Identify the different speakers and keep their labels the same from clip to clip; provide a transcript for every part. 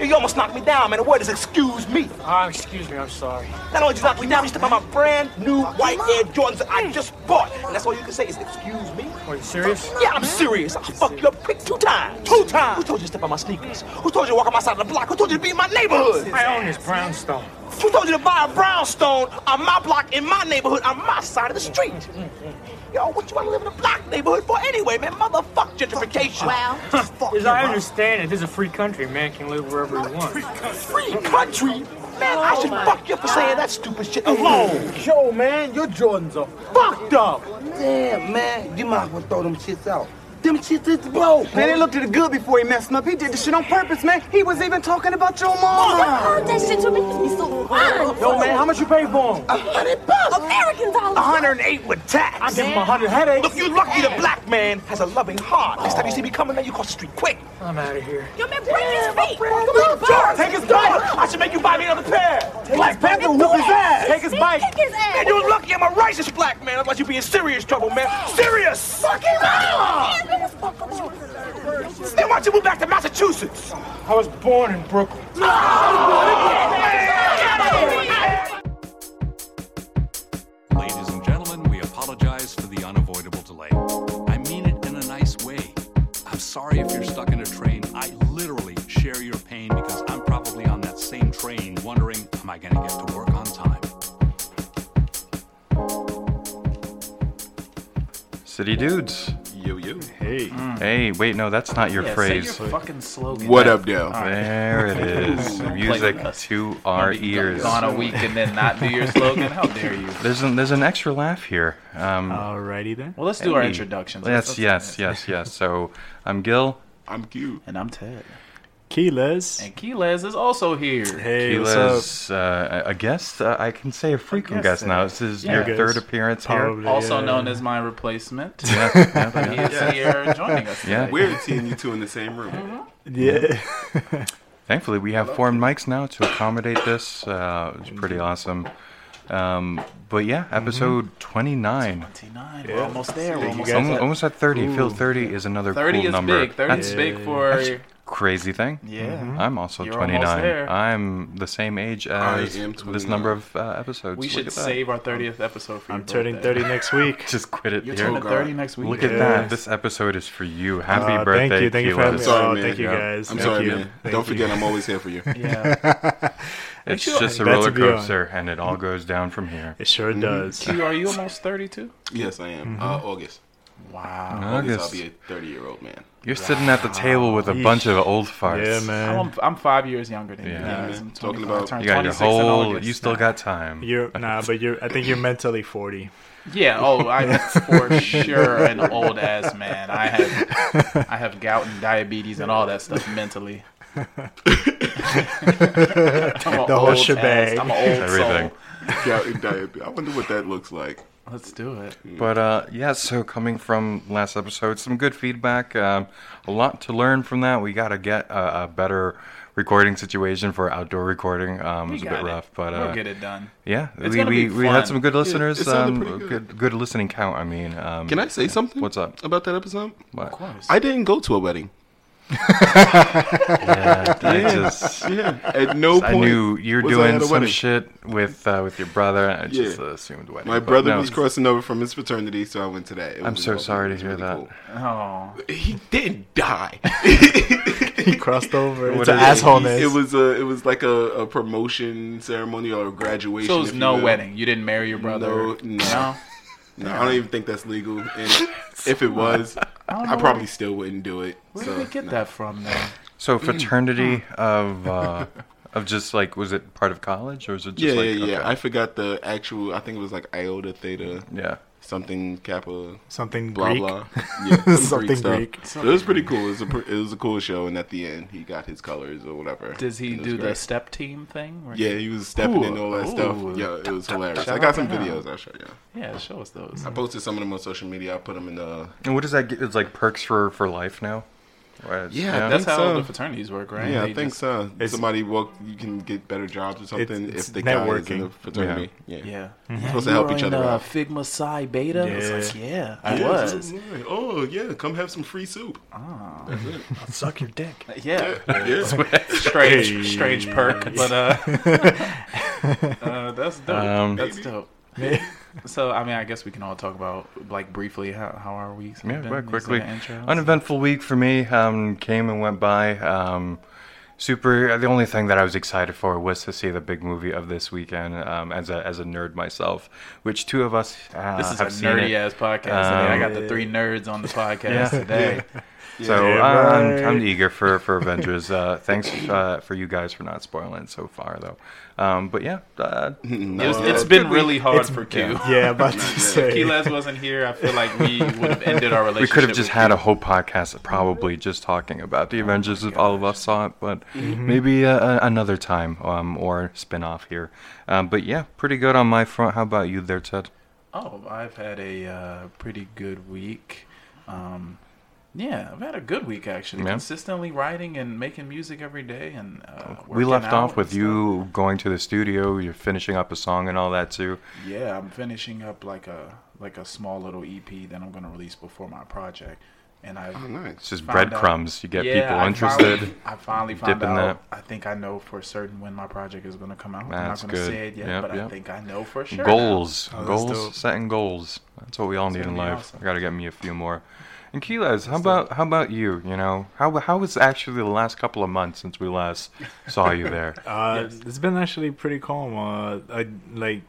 Speaker 1: You almost knocked me down, man. The word is excuse me.
Speaker 2: Ah, excuse me, I'm sorry.
Speaker 1: Not only did you knock me down, you stepped on my brand new white Air Jordans that I just bought. And that's all you can say is excuse me.
Speaker 2: Are you serious?
Speaker 1: Yeah, I'm serious. I'll fuck you up quick two times. Two times. Who told you to step on my sneakers? Who told you to walk on my side of the block? Who told you to be in my neighborhood?
Speaker 2: I own this brownstone.
Speaker 1: Who told you to buy a brownstone on my block in my neighborhood on my side of the street? Yo, what you want to live in a black neighborhood for anyway, man? Motherfuck gentrification.
Speaker 3: Well,
Speaker 2: As I understand it, this is a free country. Man can live wherever he wants.
Speaker 1: free country. Man, I should fuck you up for saying that stupid shit alone.
Speaker 4: Yo, man, your Jordans are fucked up.
Speaker 5: Damn, man. You might as well throw them shits out. Them shits is broke.
Speaker 6: Man, it looked at it good before he messed up. He did this shit on purpose, man. He was even talking about your
Speaker 3: I
Speaker 6: mom.
Speaker 3: heard that shit too. It makes me so fine.
Speaker 4: Yo, man, how much you pay for them?
Speaker 5: A hundred bucks.
Speaker 3: American dollars.
Speaker 1: 108 with tax.
Speaker 4: I give him a hundred headaches.
Speaker 1: Look, you lucky the black man has a loving heart. Next time you see me coming, man, you cross the street quick.
Speaker 2: I'm out of here.
Speaker 3: Your man break his feet.
Speaker 1: Come
Speaker 3: Come on,
Speaker 1: George,
Speaker 3: George.
Speaker 1: take his gun. I should make you buy me another pair.
Speaker 4: Black Panther whoop his ass. Take his bike.
Speaker 3: Kick his ass.
Speaker 1: Man, you're lucky I'm a righteous black man. Otherwise, you'd be in serious trouble, man. Serious!
Speaker 3: Fucking man, man, this fuck up.
Speaker 1: Then why don't you move back to Massachusetts?
Speaker 2: I was born in Brooklyn.
Speaker 7: Ladies and gentlemen, we apologize for the unavoidable delay. I mean it in a nice way. I'm sorry if you're stuck in a train. I literally share your pain because I'm probably on that same train wondering, am I going to get to work on time?
Speaker 8: City dudes.
Speaker 9: Yo, yo.
Speaker 10: Hey.
Speaker 8: Hey, wait, no, that's not your
Speaker 10: Hmm. Yeah,
Speaker 8: phrase.
Speaker 10: Say your fucking slogan.
Speaker 9: What up, Dale?
Speaker 8: There it is. Music
Speaker 10: with us.
Speaker 8: to our ears.
Speaker 10: On a week and then not do your slogan? How dare you?
Speaker 8: There's an there's an extra laugh here. Um,
Speaker 10: Alrighty then. Well, let's do our
Speaker 8: hey.
Speaker 10: introductions.
Speaker 8: Yes,
Speaker 10: Let's-
Speaker 8: yes, yes, yes. So I'm Gil.
Speaker 9: I'm Q.
Speaker 10: And I'm Ted.
Speaker 11: Keyless.
Speaker 10: And Keyless is also here.
Speaker 11: Hey,
Speaker 8: He
Speaker 11: what's
Speaker 8: was uh, a guest. Uh, I can say a frequent
Speaker 10: guess
Speaker 8: guest now.
Speaker 10: so.
Speaker 8: This is
Speaker 10: Yeah.
Speaker 8: your
Speaker 10: Guess.
Speaker 8: third appearance
Speaker 11: up? Probably,
Speaker 10: Also
Speaker 11: yeah.
Speaker 10: known as my replacement.
Speaker 8: here. Yeah, yeah,
Speaker 10: He
Speaker 8: yeah.
Speaker 10: is here joining us.
Speaker 8: Yeah.
Speaker 10: today.
Speaker 9: We're seeing you two in the same room.
Speaker 11: yeah.
Speaker 8: Thankfully, we have four mics now to accommodate this. Uh, it's pretty awesome. Um, but yeah,
Speaker 10: Mm-hmm.
Speaker 8: episode 29.
Speaker 10: 29. We're almost there. We're
Speaker 11: You
Speaker 10: almost
Speaker 11: guys
Speaker 8: Almost,
Speaker 11: have-
Speaker 8: almost at 30. Feel 30 is another
Speaker 10: 30
Speaker 8: cool
Speaker 10: is
Speaker 8: number.
Speaker 10: big. 30
Speaker 8: That's
Speaker 10: is big for.
Speaker 8: crazy thing.
Speaker 10: Yeah.
Speaker 11: Mm-hmm.
Speaker 8: I'm also
Speaker 10: You're almost
Speaker 8: 29.
Speaker 10: there.
Speaker 8: I'm the same age as
Speaker 9: am
Speaker 8: this
Speaker 9: 29.
Speaker 8: number of uh, episodes.
Speaker 10: We
Speaker 8: Look
Speaker 10: should
Speaker 8: at that.
Speaker 10: save our 30th episode for you.
Speaker 11: I'm turning 30 next week.
Speaker 8: Just quit it
Speaker 10: You're
Speaker 8: here.
Speaker 10: turning
Speaker 9: God.
Speaker 10: 30 next week.
Speaker 8: Look
Speaker 10: yeah.
Speaker 8: at that. This episode is for you. Happy
Speaker 11: Uh,
Speaker 8: birthday.
Speaker 11: thank you. Thank you for having
Speaker 8: Keyleth.
Speaker 11: me.
Speaker 9: Sorry,
Speaker 11: oh,
Speaker 9: man.
Speaker 11: thank you
Speaker 8: Yeah.
Speaker 11: guys.
Speaker 9: I'm
Speaker 11: Thank
Speaker 9: sorry,
Speaker 11: you.
Speaker 9: man.
Speaker 11: Thank
Speaker 9: Don't
Speaker 11: you.
Speaker 9: forget, I'm always here for you.
Speaker 10: Yeah.
Speaker 8: It's
Speaker 10: Thank you.
Speaker 8: just a
Speaker 11: That's
Speaker 8: roller
Speaker 11: a good one.
Speaker 8: coaster, and it all goes down from here.
Speaker 11: It sure does.
Speaker 10: Q, are you almost 32?
Speaker 9: Yes, I
Speaker 8: Mm-hmm.
Speaker 9: am. Uh, August.
Speaker 10: Wow.
Speaker 9: August. I'll
Speaker 8: August.
Speaker 9: be a 30 year old man.
Speaker 8: You're sitting at the table with a bunch of old farts.
Speaker 11: Yeah, man.
Speaker 10: I'm, I'm five years younger than you
Speaker 8: Yeah.
Speaker 10: guys. I'm
Speaker 9: Talking
Speaker 10: 25.
Speaker 9: about-
Speaker 10: I turned
Speaker 8: You got your
Speaker 10: 26 in
Speaker 8: whole.
Speaker 10: August.
Speaker 8: You still got time.
Speaker 11: You're nah, but you're. I think you're mentally 40.
Speaker 10: Yeah. Oh, I'm for sure an old ass man. I have I have gout and diabetes and all that stuff mentally. I'm a
Speaker 11: The whole
Speaker 10: old
Speaker 11: shebang.
Speaker 10: ass- I'm an old
Speaker 8: Everything.
Speaker 10: soul.
Speaker 9: Yeah, I I wonder what that looks like.
Speaker 10: Let's do it.
Speaker 8: But uh, yeah, so coming from last episode, some good feedback. Um, a lot to learn from that. We got to get a, a better recording situation for outdoor recording. Um, it was a bit
Speaker 10: got it.
Speaker 8: rough, but uh,
Speaker 10: we'll get it done.
Speaker 8: yeah,
Speaker 10: It's
Speaker 8: we,
Speaker 10: gonna
Speaker 8: we,
Speaker 10: be
Speaker 8: we
Speaker 10: fun.
Speaker 8: had some good listeners.
Speaker 9: it sounded
Speaker 8: um,
Speaker 9: pretty good.
Speaker 8: good good listening count. I mean, um,
Speaker 9: Can I say something?
Speaker 8: What's up?
Speaker 9: About that episode?
Speaker 8: But,
Speaker 9: I didn't go to a wedding.
Speaker 8: yeah, I just.
Speaker 9: Yeah. At no
Speaker 8: I
Speaker 9: point.
Speaker 8: knew you were
Speaker 9: was I
Speaker 8: doing
Speaker 9: at a
Speaker 8: some
Speaker 9: wedding.
Speaker 8: shit with uh, with your brother. and I just
Speaker 9: Yeah.
Speaker 8: uh, assumed wedding.
Speaker 9: My
Speaker 8: but
Speaker 9: brother
Speaker 8: no,
Speaker 9: was crossing over from his fraternity, so I went to that. It
Speaker 8: I'm
Speaker 9: was
Speaker 8: so
Speaker 9: awesome.
Speaker 8: sorry to
Speaker 9: It was
Speaker 8: hear that.
Speaker 10: Oh,
Speaker 9: He didn't die.
Speaker 11: He crossed over
Speaker 8: What
Speaker 11: into
Speaker 8: is it?
Speaker 11: assholeness.
Speaker 9: It was a, it was like a, a promotion ceremony or a graduation.
Speaker 10: so it was
Speaker 9: if you
Speaker 10: no
Speaker 9: will.
Speaker 10: wedding. You didn't marry your brother.
Speaker 9: No, no. No, I don't even think that's legal. And if it was,
Speaker 10: don't
Speaker 9: I,
Speaker 10: know.
Speaker 9: probably still wouldn't do it.
Speaker 10: Where
Speaker 9: so,
Speaker 10: did we get
Speaker 9: no.
Speaker 10: that from? Though.
Speaker 8: So fraternity of uh, of just like was it part of college or was it
Speaker 9: Yeah,
Speaker 8: just like
Speaker 9: yeah, yeah.
Speaker 8: okay.
Speaker 9: I forgot the actual. I think it was like iota theta
Speaker 8: yeah.
Speaker 9: something kappa
Speaker 11: something
Speaker 9: blah
Speaker 11: Greek.
Speaker 9: blah. Yeah, some
Speaker 11: Something
Speaker 9: stuff.
Speaker 11: Greek.
Speaker 9: So it was pretty cool. It was a pr- it was a cool show, and at the end he got his colors or whatever.
Speaker 10: Does he
Speaker 9: And it was
Speaker 10: do the
Speaker 9: great.
Speaker 10: step team thing? Where-
Speaker 9: Yeah, he was stepping
Speaker 10: Cool.
Speaker 9: in all that stuff.
Speaker 10: Ooh.
Speaker 9: Yeah, it was hilarious.
Speaker 10: Shout
Speaker 9: I
Speaker 10: out
Speaker 9: got some
Speaker 10: to him.
Speaker 9: videos I'll show you.
Speaker 10: Yeah. Show us those.
Speaker 9: I posted some of them on social media. I put them in the
Speaker 8: And what does that get? It's like perks for for life now. Whereas-
Speaker 9: Yeah, I
Speaker 10: That's
Speaker 9: think
Speaker 10: how
Speaker 9: so.
Speaker 10: the fraternities work, right?
Speaker 9: Yeah, I
Speaker 10: They
Speaker 9: think
Speaker 10: just-
Speaker 9: so. Somebody work, you can get better jobs or something
Speaker 10: it's
Speaker 9: if the guy is in
Speaker 10: networking.
Speaker 9: the fraternity.
Speaker 10: Yeah.
Speaker 9: Yeah,
Speaker 10: Yeah.
Speaker 9: You're
Speaker 10: Yeah,
Speaker 9: supposed
Speaker 10: you
Speaker 9: to help
Speaker 10: were
Speaker 9: each
Speaker 10: in,
Speaker 9: other
Speaker 10: uh,
Speaker 9: out.
Speaker 10: Figma Psi Beta? It's like, yeah, I
Speaker 9: Yeah,
Speaker 10: was.
Speaker 9: so am I. Oh yeah, come have some free soup. Ah,
Speaker 11: I'll suck your dick.
Speaker 10: Yeah.
Speaker 9: yeah.
Speaker 10: strange,
Speaker 11: Hey.
Speaker 10: strange perk, but uh, uh that's dope.
Speaker 8: Um,
Speaker 10: that's dope.
Speaker 11: Maybe.
Speaker 10: so I mean, I guess we can all talk about like briefly how how our weeks have
Speaker 8: Yeah,
Speaker 10: been.
Speaker 8: quite
Speaker 10: Is
Speaker 8: quickly.
Speaker 10: there an intro?
Speaker 8: Uneventful week for me. Um, came and went by. Um, super. uh, The only thing that I was excited for was to see the big movie of this weekend. Um, as a as a nerd myself, which two of us uh,
Speaker 10: This is a
Speaker 8: have seen
Speaker 10: nerdy
Speaker 8: it.
Speaker 10: ass podcast. I, mean, I
Speaker 8: Um,
Speaker 10: got the three nerds on the podcast
Speaker 8: Yeah.
Speaker 10: today.
Speaker 8: So
Speaker 10: Yeah,
Speaker 8: I'm, I'm
Speaker 10: right.
Speaker 8: eager for for Avengers. Uh, thanks uh, for you guys for not spoiling it so far though. Um, but yeah, uh,
Speaker 10: It's- it's been really hard for Q. If
Speaker 8: We
Speaker 10: Keyless wasn't here, I feel like we would have ended our relationship.
Speaker 8: could have just
Speaker 10: with Oh
Speaker 8: had a whole podcast, probably just talking about the Avengers if all of us saw it, but
Speaker 10: Mhm.
Speaker 8: maybe uh, another time um, or spin off here. Um, but yeah, pretty good on my front. How about you there, Ted?
Speaker 10: Oh, I've had a uh, pretty good week. Um, yeah, I've had a good week actually.
Speaker 8: Yeah.
Speaker 10: Consistently writing and making music every day, and
Speaker 9: Oh,
Speaker 10: uh,
Speaker 8: We
Speaker 10: working
Speaker 8: left
Speaker 10: out.
Speaker 8: off with you going to the studio, you're finishing up a song and all that too.
Speaker 10: Yeah, I'm finishing up like a like a small little EP that I'm going to release before my project, and I oh,
Speaker 9: nice.
Speaker 8: It's just breadcrumbs. You get people interested.
Speaker 10: I finally
Speaker 8: You
Speaker 10: found
Speaker 8: dip in
Speaker 10: out.
Speaker 8: that.
Speaker 10: I think I know for certain when my project is going to come out.
Speaker 8: That's
Speaker 10: I'm not
Speaker 8: good.
Speaker 10: to say it yet,
Speaker 8: Yep,
Speaker 10: but I
Speaker 8: yep.
Speaker 10: think I know for sure. now.
Speaker 8: Goals,
Speaker 11: Oh,
Speaker 8: goals,
Speaker 10: dope.
Speaker 8: setting goals. That's what we all need
Speaker 10: gonna
Speaker 8: in
Speaker 10: be
Speaker 8: life.
Speaker 10: awesome.
Speaker 8: I gotta get me a few more. And Keyless, how about how about you? You know, how how was actually the last couple of months since we last saw you there?
Speaker 11: Uh, It's been actually pretty calm. Uh, I like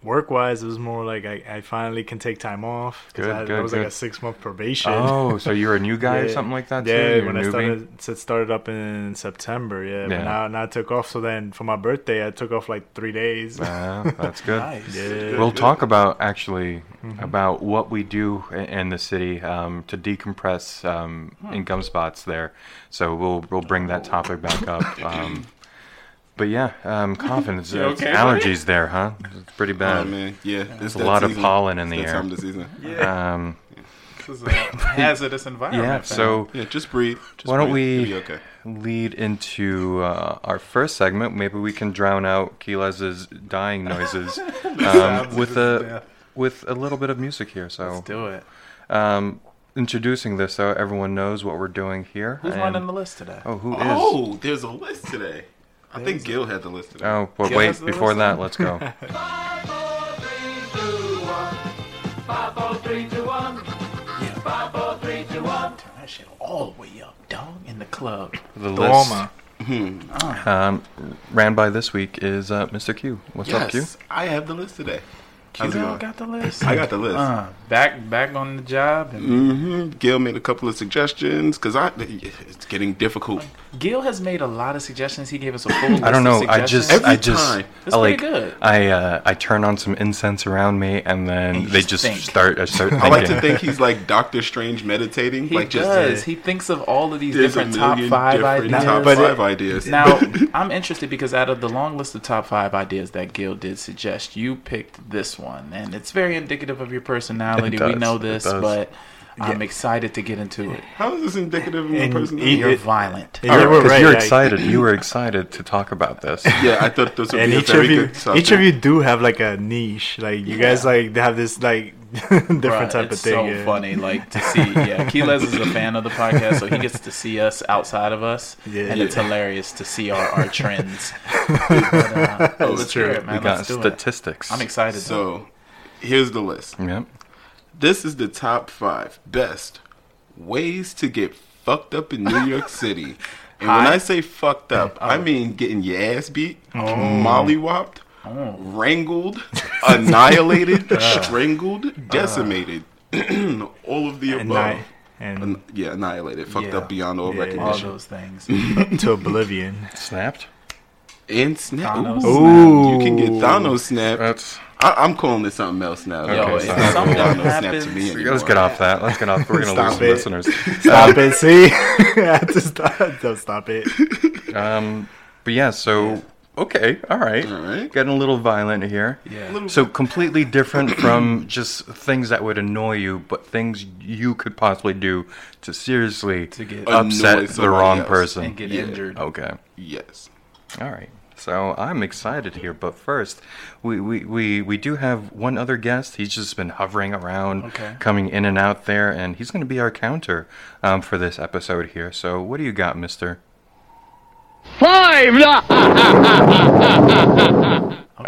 Speaker 11: work wise, it was more like I, I finally can take time off. 'cause
Speaker 8: Good,
Speaker 11: I,
Speaker 8: good,
Speaker 11: I was like
Speaker 8: good.
Speaker 11: a six month probation.
Speaker 8: Oh, so you're a new guy or something like that, too?
Speaker 11: Yeah,
Speaker 8: You're
Speaker 11: when
Speaker 8: a
Speaker 11: I
Speaker 8: newbie?
Speaker 11: started so it started up in September. Yeah,
Speaker 8: Yeah.
Speaker 11: But now, now I took off. So then for my birthday, I took off like three days.
Speaker 8: Ah, that's good.
Speaker 11: Yeah.
Speaker 8: We'll talk about actually
Speaker 9: Mm-hmm.
Speaker 11: Mhm.
Speaker 8: about what we do i- in the city um, to decompress um,
Speaker 11: Hmm.
Speaker 8: income spots there. So we'll we'll bring that topic back up. Um, but yeah, um, coughing. It's,
Speaker 9: You
Speaker 8: it's
Speaker 9: okay, buddy?
Speaker 8: allergies there, huh? It's pretty bad.
Speaker 9: Oh, man. Yeah, it's
Speaker 8: there's a
Speaker 9: that
Speaker 8: lot of
Speaker 9: season.
Speaker 8: pollen in the
Speaker 9: It's that
Speaker 8: air.
Speaker 9: time of the season. Uh-huh.
Speaker 10: Yeah.
Speaker 8: Um,
Speaker 10: This is a hazardous environment.
Speaker 8: yeah. So
Speaker 9: Yeah, just breathe. Just
Speaker 8: why don't
Speaker 9: breathe.
Speaker 8: we
Speaker 9: It'll be okay.
Speaker 8: lead into uh, our first segment? Maybe we can drown out Keyles's dying noises um,
Speaker 10: Sounds
Speaker 8: with
Speaker 10: of
Speaker 8: a with a little bit of music here. So let's
Speaker 10: do it.
Speaker 8: Um, introducing this, so everyone knows what we're doing here.
Speaker 10: Who's running the list today?
Speaker 8: Oh, who is?
Speaker 9: Oh, there's a list today. I think Gil had the list today.
Speaker 8: Oh, but
Speaker 9: Gil has
Speaker 8: wait!
Speaker 9: the
Speaker 8: Before
Speaker 9: list
Speaker 8: that,
Speaker 9: today?
Speaker 8: let's go.
Speaker 3: Five, four, three, two, one. Five, four, three, two, one. Turn that shit
Speaker 10: all the way up, dog, in the club.
Speaker 8: The
Speaker 10: Dorma.
Speaker 8: list um, ran by this week is uh, Mr. Q. What's up, Q?
Speaker 9: Yes, I have the list today. How's it
Speaker 10: Q-Dog
Speaker 9: going?
Speaker 10: got the list.
Speaker 9: I got the list.
Speaker 10: Uh, back back on the job. And
Speaker 9: hmm Gil made a couple of suggestions because I it's getting difficult.
Speaker 10: Gil has made a lot of suggestions. He gave us a full list
Speaker 8: I don't
Speaker 10: of
Speaker 8: know. I
Speaker 10: suggestions.
Speaker 8: just, I just,
Speaker 10: That's
Speaker 8: I, like,
Speaker 10: pretty good.
Speaker 8: I, uh, I turn on some incense around me, and then they just start. I start
Speaker 9: I like to
Speaker 8: thinking.
Speaker 9: think he's like Doctor Strange meditating.
Speaker 10: He
Speaker 9: like just
Speaker 10: does. he thinks of all of these
Speaker 9: There's a
Speaker 10: different top
Speaker 9: million
Speaker 10: five
Speaker 9: different
Speaker 10: ideas.
Speaker 9: top But five it- ideas.
Speaker 10: Now, I'm interested because out of the long list of top five ideas that Gil did suggest, you picked this one, and it's very indicative of your personality.
Speaker 9: It
Speaker 10: we
Speaker 9: does,
Speaker 10: know
Speaker 9: it
Speaker 10: this,
Speaker 9: does.
Speaker 10: but I'm excited to get into it.
Speaker 9: How is this indicative of my
Speaker 10: And
Speaker 9: personality?
Speaker 10: eat You're it. violent.
Speaker 8: Yeah,
Speaker 10: You were
Speaker 8: 'cause
Speaker 10: right,
Speaker 8: you're
Speaker 10: yeah.
Speaker 8: excited. You were excited to talk about this.
Speaker 9: Yeah, I thought this would
Speaker 11: and
Speaker 9: be a
Speaker 11: each of
Speaker 9: very
Speaker 11: you,
Speaker 9: good
Speaker 11: each
Speaker 9: subject.
Speaker 11: of you do have like a niche. Like you guys like have this like different
Speaker 10: Bruh,
Speaker 11: type of
Speaker 10: it's
Speaker 11: thing.
Speaker 10: so
Speaker 11: yeah.
Speaker 10: funny, like to see. Yeah, Keyless is a fan of the podcast, so he gets to see us outside of us,
Speaker 11: Yeah.
Speaker 10: and it's hilarious to see our, our trends. uh,
Speaker 9: Oh,
Speaker 10: Let's
Speaker 9: it's
Speaker 10: hear
Speaker 9: true.
Speaker 10: it, man. We got Let's do it. statistics. I'm excited,
Speaker 9: So, here's the list.
Speaker 8: Yep.
Speaker 9: This is the top five best ways to get fucked up in New York City. And when
Speaker 10: Hi.
Speaker 9: I say fucked up, I mean getting your ass beat, mollywopped, wrangled, annihilated,
Speaker 10: Uh.
Speaker 9: strangled, decimated. all of the above.
Speaker 11: Anni- and
Speaker 9: An- yeah, annihilated, fucked
Speaker 11: Yeah.
Speaker 9: up beyond all
Speaker 11: Yeah.
Speaker 9: recognition.
Speaker 11: All those
Speaker 10: things.
Speaker 11: to oblivion.
Speaker 8: Snapped.
Speaker 9: And snap.
Speaker 11: Thanos
Speaker 9: Ooh.
Speaker 11: snapped.
Speaker 9: You can get
Speaker 11: Ooh.
Speaker 9: Thanos snapped. I, I'm calling this something else now.
Speaker 8: Okay,
Speaker 9: Yo, it's
Speaker 8: sorry.
Speaker 9: not
Speaker 8: Something
Speaker 9: Thanos
Speaker 8: happens-
Speaker 9: snap to me anymore.
Speaker 8: Let's get off that. Let's get off. We're gonna lose
Speaker 11: Stop
Speaker 8: some
Speaker 11: it.
Speaker 8: listeners.
Speaker 11: Stop
Speaker 8: Um,
Speaker 11: it. See, I had to stop. Don't stop it.
Speaker 8: Um, but yeah, so okay, all right. Getting a little violent here.
Speaker 9: Yeah. A little
Speaker 8: So completely different from just things that would annoy you, but things you could possibly do to seriously
Speaker 9: get- Annoy
Speaker 8: upset the
Speaker 9: somebody
Speaker 8: wrong
Speaker 9: else
Speaker 8: person
Speaker 9: and get Yeah. injured.
Speaker 8: Okay.
Speaker 9: Yes.
Speaker 8: All right. So I'm excited here, but first, we, we, we, we do have one other guest. He's just been hovering around,
Speaker 9: Okay.
Speaker 8: coming in and out there, and he's going to be our counter um, for this episode here. So, what do you got, mister?
Speaker 3: Five!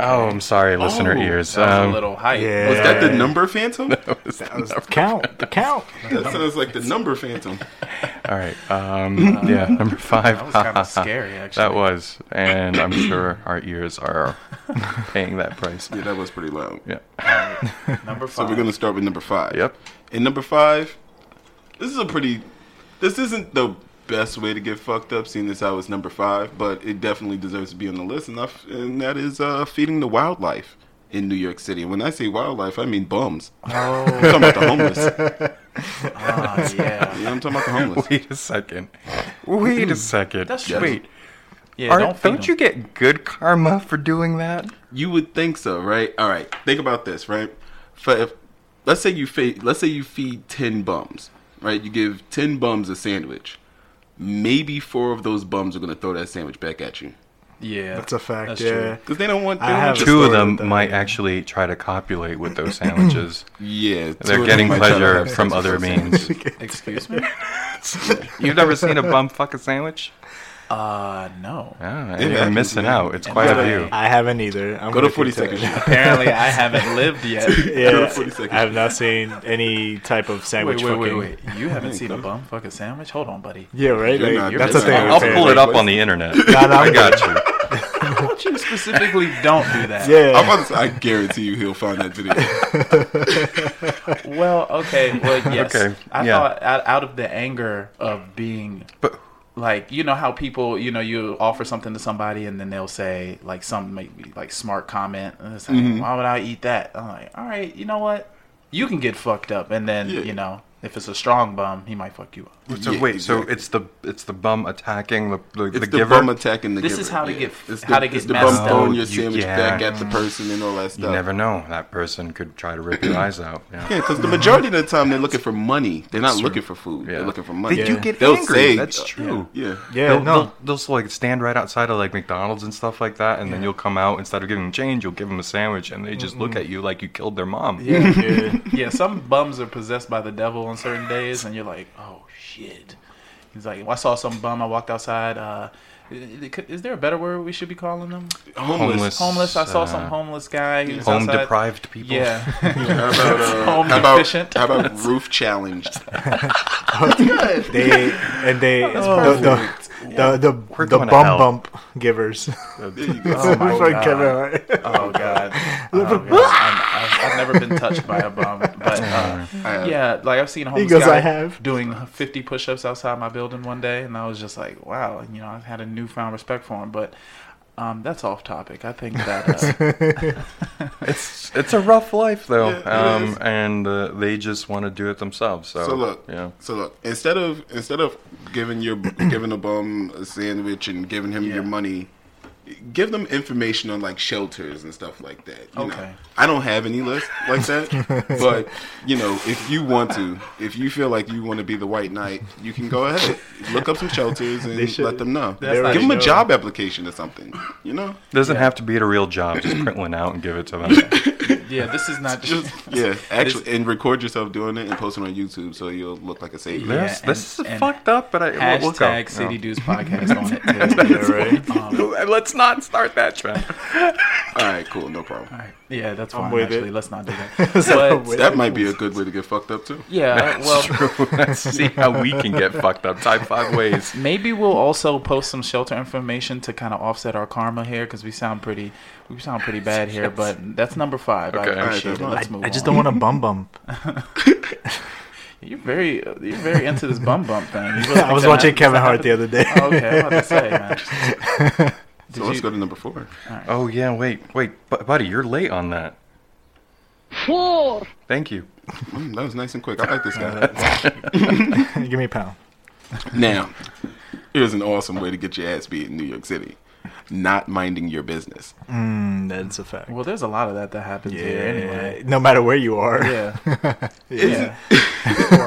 Speaker 8: Oh, I'm sorry, listener ears.
Speaker 9: that was a
Speaker 8: um,
Speaker 9: little hype. Was that the number phantom?
Speaker 8: That was the number.
Speaker 11: count. The count.
Speaker 9: That sounds like the number phantom.
Speaker 8: All right. Um, yeah, number five.
Speaker 9: That was kinda scary, actually.
Speaker 8: That was, and I'm sure our ears are paying that price.
Speaker 9: Yeah, that was pretty loud.
Speaker 8: Yeah.
Speaker 9: Number So we're gonna start with number five.
Speaker 8: Yep.
Speaker 9: And number five, this is a pretty. This isn't the best way to get fucked up, seeing as how it's number five, but it definitely deserves to be on the list enough, and that is uh, feeding the wildlife in New York City. And when I say wildlife, I mean bums. Oh. I'm talking about the homeless.
Speaker 8: Ah, yeah.
Speaker 9: yeah. I'm talking about the homeless.
Speaker 8: Wait a second. Wait a second.
Speaker 9: Hmm. That's true.
Speaker 8: Wait.
Speaker 9: Yeah,
Speaker 8: Aren't-
Speaker 9: don't feed
Speaker 8: don't,
Speaker 9: them.
Speaker 8: you get good karma for doing that?
Speaker 9: You would think so, right? All right. Think about this, right? For if, let's say you feed, let's say you feed ten bums, right? You give ten bums a sandwich. Maybe four of those bums are gonna throw that sandwich back at you.
Speaker 10: Yeah,
Speaker 11: that's a fact.
Speaker 9: That's
Speaker 11: yeah,
Speaker 9: true. 'Cause they don't want-
Speaker 11: I have a
Speaker 8: Two of
Speaker 11: story
Speaker 8: them
Speaker 11: with that,
Speaker 8: might actually try to copulate with those sandwiches.
Speaker 9: Yeah, two
Speaker 8: they're
Speaker 9: of
Speaker 8: getting
Speaker 9: them might try to
Speaker 8: pleasure
Speaker 9: have sex
Speaker 8: from
Speaker 9: with
Speaker 8: other
Speaker 9: those
Speaker 8: means.
Speaker 9: sandwiches. Excuse me?
Speaker 8: You've never seen a bum fuck a sandwich?
Speaker 10: Uh, no.
Speaker 8: Yeah,
Speaker 10: It
Speaker 8: you're
Speaker 10: happens,
Speaker 8: missing
Speaker 10: man.
Speaker 8: out. It's quite a
Speaker 10: Yeah.
Speaker 8: view.
Speaker 11: I haven't either. I'm
Speaker 9: Go to
Speaker 11: with you
Speaker 9: 42nd
Speaker 11: today.
Speaker 9: Street.
Speaker 10: Apparently, I haven't lived yet.
Speaker 11: yeah,
Speaker 10: Go to
Speaker 11: I have not seen any type of sandwich.
Speaker 10: Wait, wait, wait,
Speaker 11: fucking-
Speaker 10: wait. You haven't seen a bum fuck a sandwich? Hold on, buddy.
Speaker 11: Yeah, right.
Speaker 10: You're
Speaker 11: like,
Speaker 10: not-
Speaker 11: that's the
Speaker 10: you're
Speaker 11: thing.
Speaker 10: not-
Speaker 11: I'm
Speaker 10: I'll
Speaker 11: saying,
Speaker 10: pull it
Speaker 11: like-
Speaker 10: up on the
Speaker 8: internet.
Speaker 11: Nah, nah, I'm good.
Speaker 10: How about you specifically don't do that?
Speaker 9: I'm about to say, I guarantee you he'll find that video.
Speaker 10: well, okay. Well, yes.
Speaker 9: Okay,
Speaker 10: I
Speaker 9: yeah.
Speaker 10: thought out, out of the anger of being, like, you know how people, you know, you offer something to somebody and then they'll say like some maybe like smart comment. And it's like,
Speaker 9: Mhm.
Speaker 10: Why would I eat that? I'm like, all right, you know what? You can get fucked up, and then you know if it's a strong bum, he might fuck you up.
Speaker 8: So wait, so it's the it's the bum attacking the the, the
Speaker 9: the
Speaker 8: giver.
Speaker 9: bum attacking the
Speaker 10: This
Speaker 9: giver,
Speaker 10: is how to get-
Speaker 9: It's
Speaker 10: how to
Speaker 9: it's
Speaker 10: get
Speaker 9: the
Speaker 10: messed
Speaker 9: bum
Speaker 10: up.
Speaker 9: throwing your
Speaker 10: Oh,
Speaker 8: you-
Speaker 9: sandwich
Speaker 8: yeah.
Speaker 9: back at the person and all that
Speaker 8: You
Speaker 9: stuff.
Speaker 8: never know. That person could try to rip your eyes out. Yeah,
Speaker 9: Yeah, because the majority of the time they're looking for money. They're not
Speaker 8: That's true.
Speaker 9: looking for food. They're looking for money.
Speaker 8: They do get
Speaker 9: They'll
Speaker 8: angry.
Speaker 9: say- uh,
Speaker 8: That's true.
Speaker 9: Yeah.
Speaker 8: They'll, they'll, they'll s- like stand right outside of like McDonald's and stuff like that, and then you'll come out instead of giving them change, you'll give them a sandwich, and they just look at you like you killed their mom.
Speaker 10: Yeah, yeah. yeah. Some bums are possessed by the devil on certain days, and you're like, oh shit. He's like, I saw some bum. I walked outside. Uh, is there a better word we should be calling them?
Speaker 9: Homeless.
Speaker 10: Homeless. I saw some
Speaker 9: uh,
Speaker 10: homeless guy. He was
Speaker 9: home
Speaker 10: outside-
Speaker 9: deprived people.
Speaker 10: Yeah.
Speaker 9: How about, uh,
Speaker 10: home
Speaker 9: how about-
Speaker 10: deficient.
Speaker 9: how about roof challenged?
Speaker 10: good.
Speaker 11: They and they
Speaker 10: That's
Speaker 11: the,
Speaker 10: perfect.
Speaker 11: the,
Speaker 10: Yeah.
Speaker 11: the the
Speaker 10: We're
Speaker 11: the
Speaker 10: going to hell.
Speaker 11: bump bump givers.
Speaker 8: Uh,
Speaker 10: Oh my
Speaker 11: Fuck
Speaker 10: god.
Speaker 11: Kevin Hart.
Speaker 10: Oh god. Oh, god. I'm, I've, I've never been touched by a bum, but uh,
Speaker 11: have.
Speaker 10: yeah, like I've seen a
Speaker 11: He
Speaker 10: homeless
Speaker 11: goes,
Speaker 10: guy
Speaker 11: "I have."
Speaker 10: doing 50 push-ups outside my building one day, and I was just like, wow, you know, I've had a newfound respect for him, but. Um, that's off topic. I think that uh,
Speaker 8: it's it's a rough life though,
Speaker 9: Yeah, it
Speaker 8: um, and uh, they just want to do it themselves. So,
Speaker 9: So look,
Speaker 8: yeah,
Speaker 9: so look. Instead of instead of giving your giving a bum a sandwich and giving him your money, give them information on like shelters and stuff like that. You
Speaker 10: Okay.
Speaker 9: Know? I don't have any list like that, but you know, if you want to, if you feel like you want to be the white knight, you can go ahead look up some shelters and let them know.
Speaker 10: That's not
Speaker 9: Give them a
Speaker 10: true.
Speaker 9: job application or something. You know.
Speaker 8: doesn't have to be at a real job. Just print one out and give it to them.
Speaker 10: uh, yeah, this is not
Speaker 9: Just, yeah, actually, and record yourself doing it and post it on YouTube so you'll look like a savior.
Speaker 10: Yeah,
Speaker 8: This- this
Speaker 10: and-
Speaker 8: is
Speaker 10: and
Speaker 8: fucked up, but I
Speaker 10: hashtag
Speaker 8: we'll, we'll go.
Speaker 10: City
Speaker 8: Yeah.
Speaker 10: Dudes podcast on it. Too.
Speaker 8: That's right. Let's not start that trap.
Speaker 9: All right, cool, no problem.
Speaker 10: Yeah, that's
Speaker 9: I'm
Speaker 10: fine.
Speaker 9: with
Speaker 10: actually,
Speaker 9: it.
Speaker 10: let's not do that. but,
Speaker 9: that might be a good way to get fucked up too.
Speaker 10: Yeah, well,
Speaker 8: Type five ways.
Speaker 10: Maybe we'll also post some shelter information to kind of offset our karma here because we sound pretty, we sound pretty bad here. But that's number five.
Speaker 11: Okay.
Speaker 10: I appreciate it.
Speaker 11: I,
Speaker 10: Let's move
Speaker 11: I just
Speaker 10: on.
Speaker 11: don't want a bum bump.
Speaker 10: You're very, uh, you're very into this bum bump thing. You really think
Speaker 11: I was
Speaker 10: that
Speaker 11: watching
Speaker 10: happens-
Speaker 11: Kevin
Speaker 10: that
Speaker 11: Hart the other day.
Speaker 10: happens- Oh, okay, I was about to say, man.
Speaker 9: So let's go to number four.
Speaker 8: Oh yeah, wait, wait, bu- buddy, you're late on that.
Speaker 3: Four!
Speaker 8: Thank you.
Speaker 9: Mm, that was nice and quick. I like this guy.
Speaker 11: Give me a pound.
Speaker 9: now, here's an awesome way to get your ass beat in New York City. not minding your business.
Speaker 11: Mm, that's a fact.
Speaker 10: Well, there's a lot of that that happens
Speaker 11: Yeah.
Speaker 10: here anyway.
Speaker 11: No matter where you are.
Speaker 10: Yeah.
Speaker 11: Yeah.
Speaker 10: yeah. people,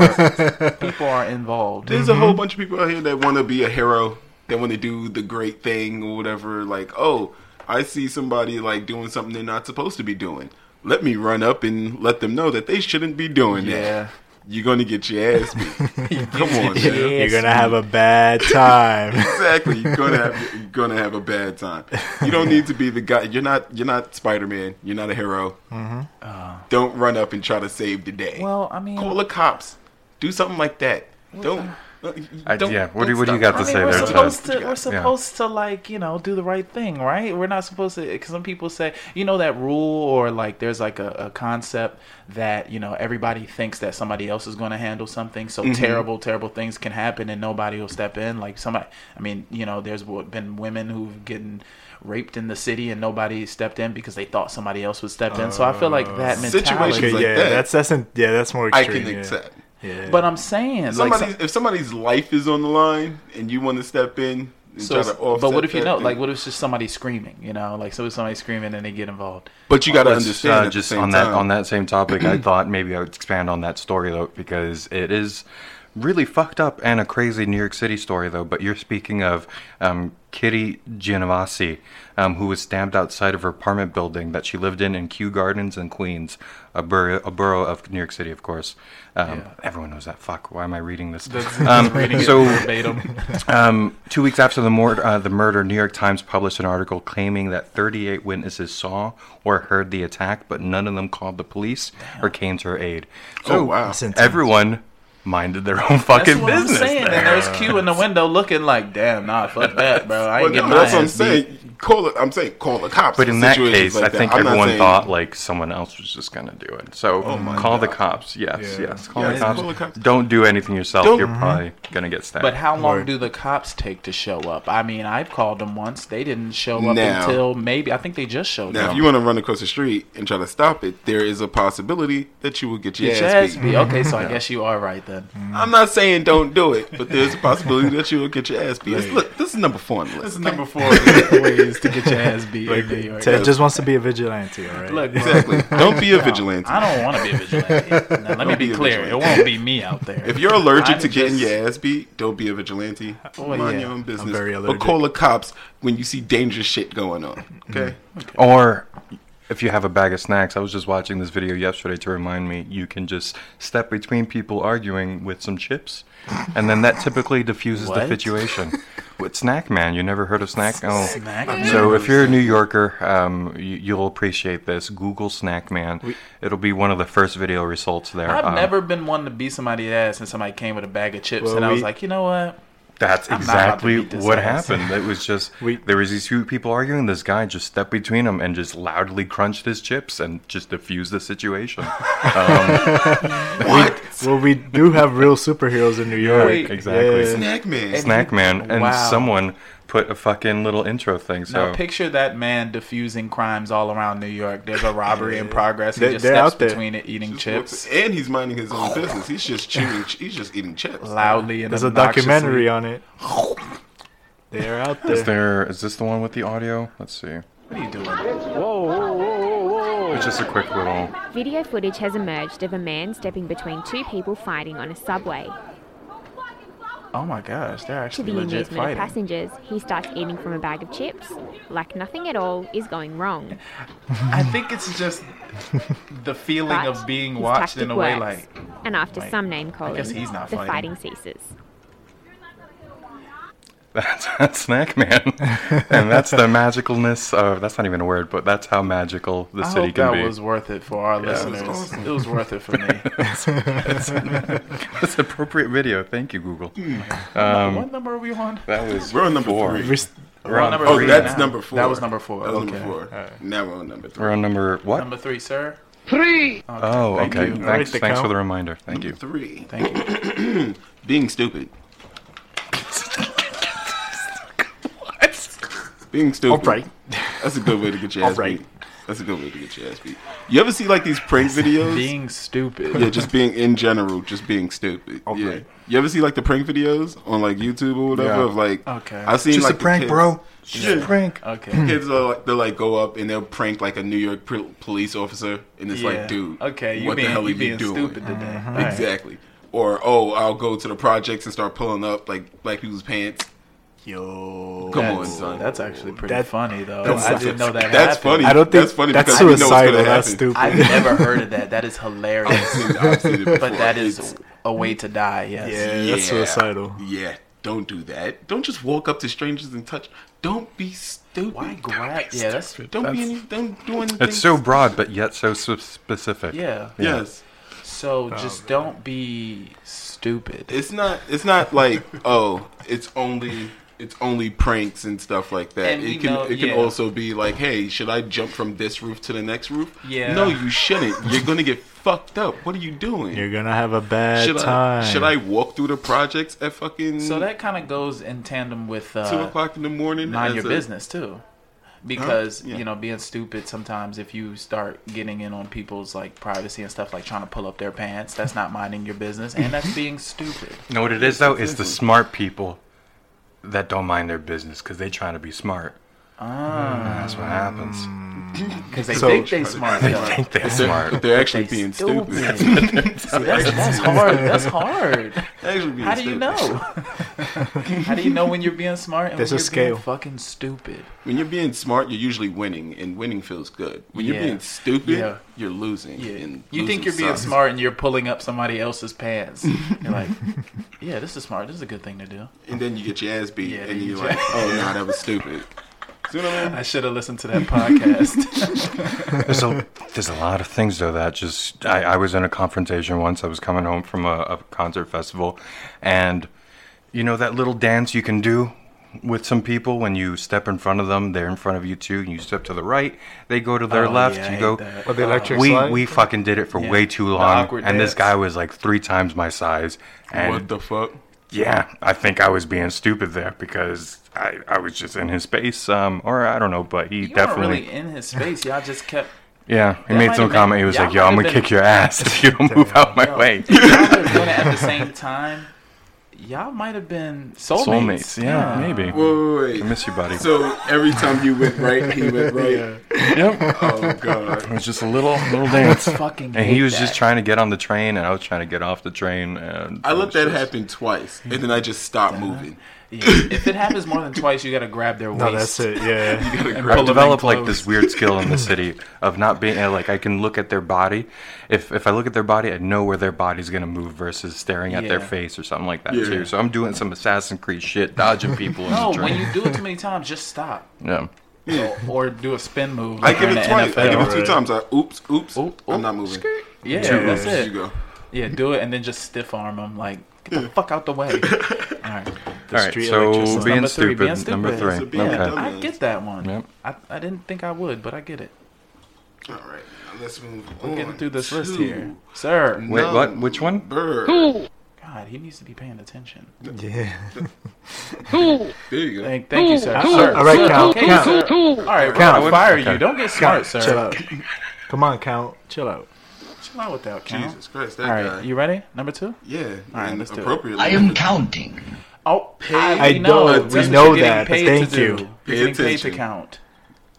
Speaker 10: are, people are involved.
Speaker 9: There's a whole bunch of people out here that want to be a hero, that want to do the great thing or whatever. Like, oh, I see somebody like doing something they're not supposed to be doing. Let me run up and let them know that they shouldn't be doing that. You're gonna get your ass beat. Come on,
Speaker 11: Yeah.
Speaker 9: man.
Speaker 11: You're gonna have a bad time.
Speaker 9: exactly. You're gonna have you're gonna have a bad time. You don't need to be the guy. You're not you're not Spider Man. You're not a hero.
Speaker 10: Mhm.
Speaker 8: Uh.
Speaker 9: Don't run up and try to save the day.
Speaker 10: Well, I mean,
Speaker 9: call the cops. Do something like that. Don't. uh,
Speaker 8: I-
Speaker 9: don't-
Speaker 8: yeah, what do-
Speaker 9: don't
Speaker 8: what do you
Speaker 9: stop.
Speaker 8: got to
Speaker 10: I mean,
Speaker 8: say
Speaker 10: we're
Speaker 8: there, Todd?
Speaker 10: supposed
Speaker 8: What you
Speaker 10: to we're
Speaker 8: got? Yeah.
Speaker 10: supposed to like you know do the right thing, right? We're not supposed to. Cause some people say you know that rule or like there's like a, a concept that you know everybody thinks that somebody else is going to handle something, so
Speaker 11: Mm-hmm.
Speaker 9: Mhm.
Speaker 10: terrible, terrible things can happen and nobody will step in. Like somebody, I mean, you know, there's w- been women who've gotten raped in the city and nobody stepped in because they thought somebody else would step in. So I feel like that
Speaker 9: Uh,
Speaker 10: mentality.
Speaker 11: Okay, yeah, that's that's in, yeah, that's more
Speaker 9: I
Speaker 11: extreme.
Speaker 9: can
Speaker 11: yeah.
Speaker 9: accept.
Speaker 11: Yeah.
Speaker 10: But I'm saying,
Speaker 9: If
Speaker 10: like,
Speaker 9: somebody, if somebody's life is on the line and you want to step in and
Speaker 10: So,
Speaker 9: try to offset
Speaker 10: but what if you
Speaker 9: that,
Speaker 10: know?
Speaker 9: then-
Speaker 10: Like, what if it's just somebody screaming? You know, like so it's somebody screaming and they get involved.
Speaker 9: But you gotta
Speaker 8: Let's,
Speaker 9: understand at the
Speaker 8: uh, just
Speaker 9: same
Speaker 8: on that
Speaker 9: time-
Speaker 8: on that same topic, I thought maybe I would expand on that story though because it is really fucked up and a crazy New York City story though. But you're speaking of um, Kitty Genovese, um, who was stabbed outside of her apartment building that she lived in in Kew Gardens in Queens, a, bur- a borough of New York City, of course. Um, Everyone knows that. Fuck. Why am I reading this?
Speaker 10: That's-
Speaker 8: Um,
Speaker 10: reading it
Speaker 8: so
Speaker 10: verbatim.
Speaker 8: um, two weeks after the, mor- uh, the murder, New York Times published an article claiming that 38 witnesses saw or heard the attack, but none of them called the police or came to her aid. So
Speaker 10: Oh, wow. That's intense.
Speaker 8: everyone minded their own fucking
Speaker 10: That's what
Speaker 8: business.
Speaker 10: I'm saying.
Speaker 8: there.
Speaker 10: And there's Q in the window looking like, damn, nah, fuck that, bro. I ain't
Speaker 9: Well,
Speaker 10: getting
Speaker 9: no,
Speaker 10: my
Speaker 9: that's what I'm
Speaker 10: ass beat.
Speaker 9: saying. Call it. I'm saying call the cops.
Speaker 8: But in that
Speaker 9: situations
Speaker 8: case,
Speaker 9: like
Speaker 8: I think
Speaker 9: that. I'm not
Speaker 8: everyone
Speaker 9: saying-
Speaker 8: thought like someone else was just gonna do it. So
Speaker 9: Oh my
Speaker 8: call the cops. Yes, yes. Call,
Speaker 10: Yeah,
Speaker 8: the
Speaker 10: yeah,
Speaker 8: cops.
Speaker 10: call the cops.
Speaker 8: Don't do anything yourself.
Speaker 10: Don't-
Speaker 8: You're
Speaker 10: Mhm.
Speaker 8: probably gonna get stabbed.
Speaker 10: But how long do the cops take to show up? I mean, I've called them once. They didn't show up
Speaker 9: Now-
Speaker 10: until maybe I think they just showed
Speaker 9: Now,
Speaker 10: up.
Speaker 9: if you want to run across the street and try to stop it, there is a possibility that you will get your,
Speaker 10: Get your ass beat. Okay, so I guess you are right then.
Speaker 9: I'm not saying don't do it, but there's a possibility that you will get your ass beat. This-
Speaker 10: Right.
Speaker 9: Look, this is number four on the list.
Speaker 10: This is number four on the ways to get your ass beat in New York.
Speaker 11: Ted just wants to be a vigilante, all right?
Speaker 10: Look,
Speaker 9: Exactly. Don't be a vigilante.
Speaker 10: I don't want to be a vigilante. Now, let me
Speaker 9: Don't
Speaker 10: be,
Speaker 9: a
Speaker 10: clear. It
Speaker 9: vigilante.
Speaker 10: won't be me out there.
Speaker 9: If you're allergic
Speaker 10: I'm
Speaker 9: to getting
Speaker 10: just-
Speaker 9: your ass beat, don't be a vigilante.
Speaker 10: Well,
Speaker 9: Mind
Speaker 10: yeah,
Speaker 9: your own
Speaker 10: I'm
Speaker 9: business.
Speaker 10: very
Speaker 9: but
Speaker 10: allergic.
Speaker 9: call the cops when you see dangerous shit going on.
Speaker 10: Mm.
Speaker 9: Okay.
Speaker 8: Or if you have a bag of snacks, I was just watching this video yesterday to remind me you can just step between people arguing with some chips, and then that typically diffuses the
Speaker 9: What?
Speaker 8: situation. With Snack Man, you never heard of Snack? Oh,
Speaker 9: Snack Man?
Speaker 8: so if you're a New Yorker, um, you, you'll appreciate this. Google Snack Man; it'll be one of the first video results there.
Speaker 10: I've
Speaker 8: Um,
Speaker 10: never been one to beat somebody's ass, and somebody came with a bag of chips,
Speaker 8: Well,
Speaker 10: and I was
Speaker 8: we-
Speaker 10: like, you know what?
Speaker 8: That's
Speaker 10: I'm not about to
Speaker 8: exactly
Speaker 10: beat this
Speaker 8: what
Speaker 10: ass.
Speaker 8: happened. It was just there was these two people arguing. This guy just stepped between them and just loudly crunched his chips and just diffused the situation. Um,
Speaker 11: We, well, we do have real superheroes in New York.
Speaker 8: Wait. Exactly.
Speaker 11: Yeah.
Speaker 9: Snack Man.
Speaker 8: Snack Man, and
Speaker 10: Wow.
Speaker 8: someone put a fucking little intro thing. So
Speaker 10: Now picture that man diffusing crimes all around New York. There's a robbery in
Speaker 9: Yeah.
Speaker 10: progress. He
Speaker 9: They-
Speaker 10: just
Speaker 9: they're
Speaker 10: steps
Speaker 9: out there.
Speaker 10: between it, eating chips. Oh.
Speaker 9: And he's minding his own business. He's just chewing. He's just eating chips
Speaker 10: Loudly and
Speaker 11: There's a documentary on it. They are out
Speaker 8: is
Speaker 11: there.
Speaker 8: there is this the one with the audio? Let's see.
Speaker 10: What are you doing?
Speaker 8: It's just a quick little.
Speaker 12: Video footage has emerged of a man stepping between two people fighting on a subway.
Speaker 10: Oh my gosh, they're
Speaker 12: To
Speaker 10: actually
Speaker 12: the
Speaker 10: legit
Speaker 12: amusement of
Speaker 10: fighting.
Speaker 12: passengers, he starts eating from a bag of chips, like nothing at all is going wrong.
Speaker 10: I think it's just the feeling of being
Speaker 12: His
Speaker 10: watched in
Speaker 12: tactic
Speaker 10: a way
Speaker 12: works,
Speaker 10: like.
Speaker 12: and after
Speaker 10: like,
Speaker 12: some name
Speaker 10: I
Speaker 12: calling,
Speaker 10: guess he's not
Speaker 12: the
Speaker 10: fighting.
Speaker 12: fighting ceases.
Speaker 8: That's, that's Snack Man, and that's the magicalness of. That's not even a word, but that's how magical the
Speaker 10: I
Speaker 8: city
Speaker 10: hope
Speaker 8: can
Speaker 10: that
Speaker 8: be.
Speaker 10: was worth it for our
Speaker 8: Yeah.
Speaker 10: listeners. It was worth it for me.
Speaker 8: that's, that's an appropriate video. Thank you, Google.
Speaker 10: what number are we on?
Speaker 8: That was
Speaker 9: We're on number
Speaker 8: four.
Speaker 9: three.
Speaker 8: We're,
Speaker 10: We're on
Speaker 8: on
Speaker 10: number
Speaker 8: four.
Speaker 10: three
Speaker 9: Oh, that's
Speaker 10: now.
Speaker 9: number four.
Speaker 10: That was number four.
Speaker 9: That was
Speaker 10: Okay.
Speaker 9: number four. Now we're on number three.
Speaker 8: We're on number what?
Speaker 10: Number three, sir.
Speaker 9: Three.
Speaker 8: oh,
Speaker 9: Thank
Speaker 8: okay.
Speaker 9: you.
Speaker 8: Thanks,
Speaker 9: Alright,
Speaker 8: thanks for
Speaker 9: Nicole.
Speaker 8: the reminder. Thank you.
Speaker 9: Three.
Speaker 10: Thank
Speaker 9: you. Being stupid. Being stupid. All right. That's a good way to get your ass beat. That's a good way to get your ass beat. You ever see like these prank videos?
Speaker 10: Being stupid.
Speaker 9: Yeah, just being in general, just being stupid. Yeah. You ever see like the prank videos on like YouTube or whatever
Speaker 10: Yeah.
Speaker 9: of like
Speaker 10: Okay.
Speaker 9: I seen
Speaker 10: Just a
Speaker 9: like the
Speaker 10: prank,
Speaker 9: kids-
Speaker 10: bro. Just a prank. Okay.
Speaker 9: Kids are like they'll like go up and they'll prank like a New York pr- police officer and it's
Speaker 10: Yeah.
Speaker 9: like, dude,
Speaker 10: Okay, you
Speaker 9: what
Speaker 10: being-
Speaker 9: the hell
Speaker 10: you
Speaker 9: are you
Speaker 10: being
Speaker 9: doing?
Speaker 10: stupid today. Mhm. Alright.
Speaker 9: Exactly. Or oh, I'll go to the projects and start pulling up like black people's pants. Yo, come on,
Speaker 10: That's- uh,
Speaker 9: son.
Speaker 10: that's actually pretty That- funny, though. that's- I didn't know that
Speaker 9: That's
Speaker 10: happened.
Speaker 9: funny.
Speaker 10: I don't
Speaker 9: that's
Speaker 10: think-
Speaker 9: funny
Speaker 10: that's
Speaker 9: because you know what's gonna
Speaker 10: suicidal, that's
Speaker 9: happen.
Speaker 10: stupid. I've never heard of that. That is hilarious.
Speaker 9: I've seen it- I've seen it
Speaker 10: But
Speaker 9: before.
Speaker 10: that is
Speaker 9: It's-
Speaker 10: a way to die, yes. Yeah, that's suicidal.
Speaker 9: Yeah, don't do that. Don't just walk up to strangers and touch. Don't be stupid. Why
Speaker 10: grab?
Speaker 9: Yeah, that's don't be
Speaker 10: that's-
Speaker 9: any, don't do anything.
Speaker 8: It's so broad, but yet so s- specific.
Speaker 10: Yeah. So
Speaker 9: Oh,
Speaker 10: just don't be stupid.
Speaker 9: It's not. It's not like oh, it's only it's only pranks and stuff like that.
Speaker 10: And we
Speaker 9: it can
Speaker 10: know-
Speaker 9: it can
Speaker 10: yeah.
Speaker 9: also be like, hey, should I jump from this roof to the next roof?
Speaker 10: Yeah.
Speaker 9: No, you shouldn't. You're gonna get fucked up. What are you doing?
Speaker 11: You're gonna have a bad
Speaker 9: should
Speaker 11: time.
Speaker 9: I should I walk through the projects at fucking
Speaker 10: So that kind of goes in tandem with uh,
Speaker 9: two o'clock in the morning?
Speaker 10: mind
Speaker 9: as
Speaker 10: your
Speaker 9: a-
Speaker 10: business too, because
Speaker 9: Yeah.
Speaker 10: you know being stupid sometimes if you start getting in on people's like privacy and stuff like trying to pull up their pants, that's not minding your business and that's being stupid.
Speaker 8: You know what it is though? It's the smart people that don't mind their business because they trying to be smart. And that's what happens.
Speaker 10: 'Cause they think they smart,
Speaker 8: They
Speaker 10: though.
Speaker 8: think they're
Speaker 10: But they're-
Speaker 8: smart.
Speaker 10: but they're actually They being stupid. stupid. See, that's- that's hard. That's hard.
Speaker 9: Actually being
Speaker 10: How do you
Speaker 9: stupid.
Speaker 10: know? How do you know when you're being smart and
Speaker 9: There's
Speaker 10: when
Speaker 9: a
Speaker 10: you're being
Speaker 9: scale.
Speaker 10: fucking stupid?
Speaker 9: When you're being smart, you're usually winning, and winning feels good. When
Speaker 10: Yeah.
Speaker 9: you're being stupid,
Speaker 10: Yeah.
Speaker 9: you're losing.
Speaker 10: Yeah.
Speaker 9: and
Speaker 10: you
Speaker 9: losing
Speaker 10: think you're being
Speaker 9: sucks.
Speaker 10: smart and you're pulling up somebody else's pants. you're like, yeah, this is smart. This is a good thing to do.
Speaker 9: and then you get your ass beat,
Speaker 10: Yeah,
Speaker 9: and
Speaker 10: you
Speaker 9: you're like,
Speaker 10: get your-
Speaker 9: "Oh no, that was stupid." See what I mean?
Speaker 10: I should have listened to that podcast.
Speaker 8: there's a there's a lot of things though that just I, I was in a confrontation once. I was coming home from a, a concert festival, and you know that little dance you can do with some people when you step in front of them, they're in front of you too, and you step to the right, they go to their
Speaker 10: Oh,
Speaker 8: left.
Speaker 10: yeah, I
Speaker 8: you
Speaker 10: hate
Speaker 8: go.
Speaker 10: that. Oh, the electric
Speaker 8: we
Speaker 10: slide?
Speaker 8: we fucking did it for
Speaker 10: Yeah.
Speaker 8: way too
Speaker 10: The
Speaker 8: long,
Speaker 10: awkward
Speaker 8: and this
Speaker 10: dance.
Speaker 8: guy was like three times my size. And
Speaker 9: What the fuck?
Speaker 8: Yeah, I think I was being stupid there because I, I was just in his space, um, or I don't know, but he
Speaker 10: you weren't
Speaker 8: definitely
Speaker 10: really in his space. Y'all just kept.
Speaker 8: yeah, he
Speaker 10: That
Speaker 8: made
Speaker 10: might
Speaker 8: some
Speaker 10: have been-
Speaker 8: comment. He was
Speaker 10: y'all
Speaker 8: like, "Yo,
Speaker 10: might
Speaker 8: I'm
Speaker 10: have
Speaker 8: gonna
Speaker 10: been-
Speaker 8: kick your ass if you don't move out my way."
Speaker 10: Y'all were doing it at the same time. Y'all might have been soulmates.
Speaker 8: Soulmates, yeah, maybe.
Speaker 9: Whoa, wait,
Speaker 8: I miss you, buddy.
Speaker 9: So every time you went right, he went right.
Speaker 8: Yep.
Speaker 9: Oh god.
Speaker 8: It was just a little little dance.
Speaker 9: fucking
Speaker 8: and he
Speaker 9: hate
Speaker 8: was
Speaker 9: that.
Speaker 8: just trying to get on the train, and I was trying to get off the train. And
Speaker 9: I
Speaker 8: it
Speaker 9: let
Speaker 8: was
Speaker 9: that
Speaker 8: just-
Speaker 9: happen twice, and then I just stopped moving.
Speaker 10: Yeah. If it happens more than twice, you gotta grab their waist.
Speaker 11: No, that's it, yeah.
Speaker 10: You gotta grab
Speaker 8: I've
Speaker 10: them
Speaker 8: developed like
Speaker 10: close.
Speaker 8: this weird skill in the city of not being uh, like I can look at their body. If if I look at their body, I know where their body's gonna move versus staring at their
Speaker 10: Yeah.
Speaker 8: face or something like that
Speaker 10: Yeah.
Speaker 8: too. So I'm doing some Assassin's Creed shit, dodging people. in
Speaker 10: No,
Speaker 8: the train.
Speaker 10: when you do it too many times, just stop.
Speaker 8: Yeah.
Speaker 10: Or, or do a spin move.
Speaker 9: I
Speaker 10: like
Speaker 9: give
Speaker 10: in
Speaker 9: it
Speaker 10: the
Speaker 9: twice. I
Speaker 10: NFL.
Speaker 9: give it two times. I oops, oops, I'm not moving.
Speaker 10: Yeah,
Speaker 9: Two
Speaker 10: that's
Speaker 9: oops,
Speaker 10: it.
Speaker 9: You go.
Speaker 10: Yeah, do it and then just stiff arm them. Like, get the fuck out the way. All right.
Speaker 8: The All right, street so electricity. being
Speaker 10: Number three, being
Speaker 8: stupid, number
Speaker 10: stupid.
Speaker 8: three.
Speaker 10: Yeah,
Speaker 8: Okay.
Speaker 10: I get that one.
Speaker 8: Yep.
Speaker 10: I, I didn't think I would, but I get it.
Speaker 9: All right, now let's move.
Speaker 10: We're getting
Speaker 9: on
Speaker 10: through this list
Speaker 9: to
Speaker 10: here. Sir.
Speaker 8: Wait, what? Which one?
Speaker 9: number-
Speaker 10: God, he needs to be paying attention.
Speaker 11: Yeah.
Speaker 9: There you go.
Speaker 10: Thank, thank you, sir.
Speaker 11: Cool.
Speaker 10: Sir,
Speaker 11: All right,
Speaker 10: sir,
Speaker 11: count,
Speaker 10: okay,
Speaker 11: count.
Speaker 10: sir. All right, we're
Speaker 11: Count.
Speaker 10: gonna fire
Speaker 11: Okay.
Speaker 10: you. Don't get smart,
Speaker 11: Count.
Speaker 10: sir.
Speaker 11: Chill out. Come on, count. Chill out.
Speaker 10: Chill out with that, count.
Speaker 9: Jesus Christ, that
Speaker 10: All right,
Speaker 9: guy.
Speaker 10: you ready? Number two?
Speaker 9: Yeah,
Speaker 10: All right,
Speaker 9: and
Speaker 10: let's do it.
Speaker 9: appropriately. I am
Speaker 10: counting. Oh, pay.
Speaker 9: I don't know that, but thank you. Pay
Speaker 10: You're getting paid to
Speaker 9: attention.
Speaker 10: count.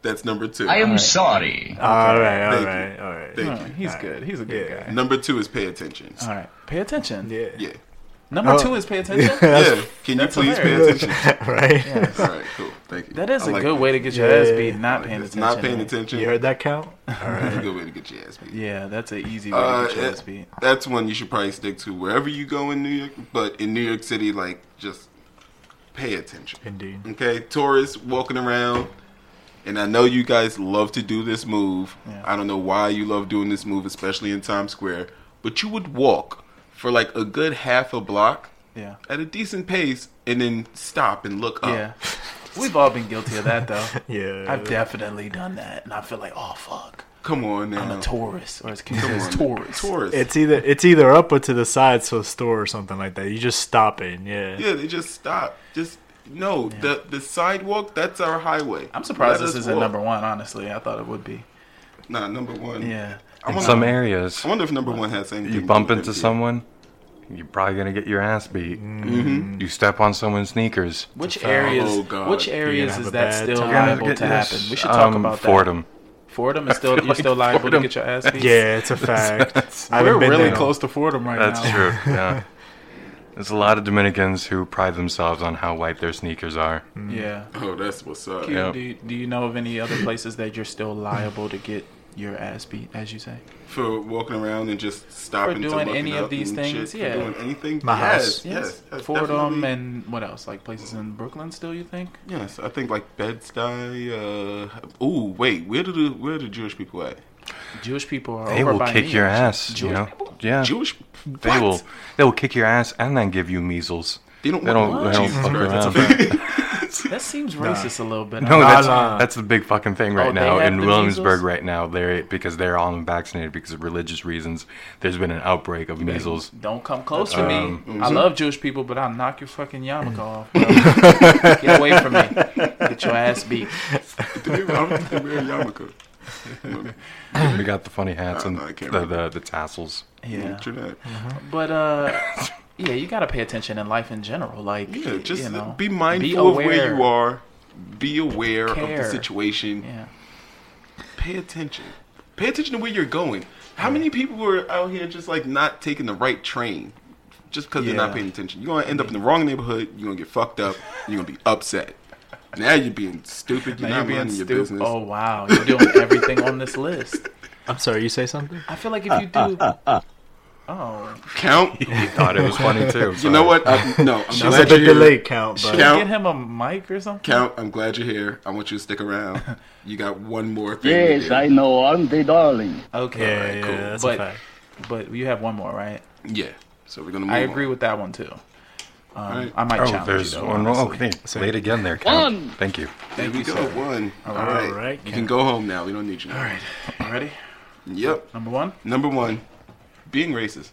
Speaker 9: That's number two.
Speaker 10: I am All right.
Speaker 11: sorry. All right, all
Speaker 9: Thank
Speaker 11: right,
Speaker 9: you.
Speaker 11: all right.
Speaker 9: Thank
Speaker 10: All
Speaker 9: you.
Speaker 10: right, he's good. He's a good guy.
Speaker 9: Number two is pay attention.
Speaker 10: All right, pay attention.
Speaker 11: Yeah.
Speaker 9: Yeah.
Speaker 10: Number
Speaker 9: Oh.
Speaker 10: two is pay attention.
Speaker 9: Yeah. Can you
Speaker 10: That's
Speaker 9: please pay
Speaker 10: hilarious.
Speaker 9: attention?
Speaker 11: Right.
Speaker 10: Yes.
Speaker 9: All right. Cool. Thank you.
Speaker 10: That is
Speaker 9: I
Speaker 10: a
Speaker 9: like that.
Speaker 10: good way to get your
Speaker 9: Yeah.
Speaker 10: ass beat. Not
Speaker 9: I
Speaker 10: paying
Speaker 9: like that.
Speaker 10: attention.
Speaker 9: Not paying attention.
Speaker 11: You heard that count?
Speaker 9: All right. That's a good way to get your ass beat.
Speaker 10: Yeah, that's an easy way
Speaker 9: Uh,
Speaker 10: to get your ass
Speaker 9: that-
Speaker 10: beat.
Speaker 9: that's one you should probably stick to wherever you go in New York. But in New York City, like just pay attention.
Speaker 11: Indeed.
Speaker 9: Okay, tourists walking around, and I know you guys love to do this move. I don't know why you love doing this move, especially in Times Square. But you would walk for like a good half a block
Speaker 10: Yeah.
Speaker 9: at a decent pace, and then stop and look up.
Speaker 10: Yeah. Oh. We've all been guilty of that though.
Speaker 11: Yeah.
Speaker 10: I've definitely done that, and I feel like, oh fuck.
Speaker 9: Come on now.
Speaker 10: I'm a tourist, or as King
Speaker 9: Come
Speaker 10: says,
Speaker 9: on.
Speaker 10: tourist.
Speaker 9: Tourist.
Speaker 11: It's either it's either up or to the side, so a store or something like that. You just stop it. and Yeah.
Speaker 9: Yeah, they just stop. Just no, the the sidewalk, that's our highway.
Speaker 10: I'm surprised
Speaker 9: Let
Speaker 10: this
Speaker 9: us
Speaker 10: isn't
Speaker 9: walk.
Speaker 10: number one. Honestly, I thought it would be.
Speaker 9: Nah, number one.
Speaker 10: Yeah.
Speaker 9: I
Speaker 8: In
Speaker 9: wonder-
Speaker 8: some areas.
Speaker 9: I wonder if number one has anything.
Speaker 8: You
Speaker 9: to
Speaker 8: bump
Speaker 9: do with
Speaker 8: into
Speaker 9: MTA.
Speaker 8: someone, you're probably gonna get your ass beat.
Speaker 9: Mhm.
Speaker 8: You step on someone's sneakers.
Speaker 10: Which areas?
Speaker 11: Oh,
Speaker 10: which areas is that still liable to happen? We should talk
Speaker 8: Um,
Speaker 10: about that.
Speaker 8: Fordham.
Speaker 10: Fordham is still
Speaker 8: feel
Speaker 10: you're
Speaker 8: like
Speaker 10: still liable
Speaker 8: Fordham-
Speaker 10: to get your ass beat.
Speaker 11: Yeah, it's a fact.
Speaker 10: That's-
Speaker 11: I haven't
Speaker 10: We're
Speaker 11: been
Speaker 10: really
Speaker 11: there.
Speaker 10: close to Fordham right
Speaker 8: That's
Speaker 10: now.
Speaker 8: true. Yeah. There's a lot of Dominicans who pride themselves on how white their sneakers are.
Speaker 10: Yeah.
Speaker 9: Oh, that's what's up.
Speaker 10: Q,
Speaker 8: Yep.
Speaker 10: do, you, do you know of any other places that you're still liable to get your ass beat, as you say?
Speaker 9: For walking around and just stopping to
Speaker 10: doing
Speaker 9: look
Speaker 10: any
Speaker 9: it
Speaker 10: of
Speaker 9: up
Speaker 10: these
Speaker 9: and
Speaker 10: things,
Speaker 9: shit,
Speaker 10: yeah.
Speaker 9: For doing anything?
Speaker 10: My
Speaker 9: yes,
Speaker 10: house.
Speaker 9: Yes. yes
Speaker 10: Fordham
Speaker 9: definitely.
Speaker 10: and what else? Like places in Brooklyn still? You think?
Speaker 9: Yes, I think like Bed-Stuy. Uh, ooh, wait, where do the where do Jewish people at?
Speaker 10: Jewish people are
Speaker 8: They will kick your ass. you know? Yeah.
Speaker 9: Jewish.
Speaker 8: They
Speaker 9: what?
Speaker 8: will. They will kick your ass and then give you measles.
Speaker 9: They don't
Speaker 8: They
Speaker 9: want
Speaker 8: don't,
Speaker 9: to-
Speaker 8: they don't
Speaker 9: Jesus
Speaker 8: fuck
Speaker 9: Christ,
Speaker 8: around.
Speaker 9: that's a
Speaker 10: that seems
Speaker 9: Nah.
Speaker 10: racist a little bit.
Speaker 8: No,
Speaker 10: I'm
Speaker 8: that's,
Speaker 10: not-
Speaker 8: that's the big fucking thing right
Speaker 10: Oh, they
Speaker 8: now
Speaker 10: have
Speaker 8: in
Speaker 10: the
Speaker 8: Williamsburg
Speaker 10: measles?
Speaker 8: right now. They're because they're all unvaccinated because of religious reasons. There's been an outbreak of measles.
Speaker 10: Don't come close to me.
Speaker 8: Um,
Speaker 10: I
Speaker 9: Mm-hmm.
Speaker 10: love Jewish people, but I'll knock your fucking yarmulke off. bro. Get away from me. Get your ass beat.
Speaker 9: Dude, I don't think they wear yarmulke.
Speaker 8: we got the funny hats and
Speaker 9: I can't
Speaker 8: the, the the tassels.
Speaker 10: Yeah.
Speaker 9: True that.
Speaker 10: But uh, yeah, you gotta pay attention in life in general. Like,
Speaker 9: Yeah, just
Speaker 10: you know,
Speaker 9: be mindful of where
Speaker 10: aware.
Speaker 9: you are. Be aware of the
Speaker 10: Care.
Speaker 9: situation.
Speaker 10: Yeah.
Speaker 9: Pay attention. Pay attention to where you're going. How many people were out here just like not taking the right train just because they're not
Speaker 10: Yeah.
Speaker 9: paying attention? You're gonna end up in the wrong neighborhood. You're gonna get fucked up. You're gonna be upset. Now you're being stupid. You're
Speaker 10: Now
Speaker 9: not
Speaker 10: you're being
Speaker 9: minding your
Speaker 10: stup-
Speaker 9: business.
Speaker 10: Oh wow, you're doing everything on this list.
Speaker 11: I'm sorry, you say something?
Speaker 10: I feel like if you do, oh,
Speaker 9: count.
Speaker 8: You thought it was funny too.
Speaker 9: You know what? I, no, I'm
Speaker 11: She's a bit
Speaker 9: glad you're here.
Speaker 11: delayed, Count, but-
Speaker 10: should we get him a mic or something?
Speaker 9: Count, I'm glad you're here. I want you to stick around. You got one more thing. to
Speaker 13: Yes,
Speaker 9: do.
Speaker 13: I know, I'm the darling.
Speaker 10: Okay,
Speaker 9: Alright, cool. yeah, that's a
Speaker 10: but
Speaker 9: fact.
Speaker 10: but you have one more, right?
Speaker 9: Yeah. So we're gonna. Move
Speaker 10: I
Speaker 9: on.
Speaker 10: agree with that one too. Um,
Speaker 9: Alright.
Speaker 10: I might
Speaker 8: Oh,
Speaker 10: challenge
Speaker 8: there's
Speaker 10: you. Though,
Speaker 8: one more.
Speaker 10: honestly.
Speaker 8: Okay, lay it again there, Count.
Speaker 10: One.
Speaker 8: Thank you.
Speaker 9: There
Speaker 10: Thank
Speaker 9: we
Speaker 10: you,
Speaker 9: go.
Speaker 10: sir.
Speaker 9: One. All
Speaker 10: All
Speaker 9: right.
Speaker 10: right,
Speaker 9: You can
Speaker 10: Ken.
Speaker 9: go home now. We don't need you. Now.
Speaker 10: All right, ready?
Speaker 9: Yep.
Speaker 10: Number one.
Speaker 9: Number one. Being racist.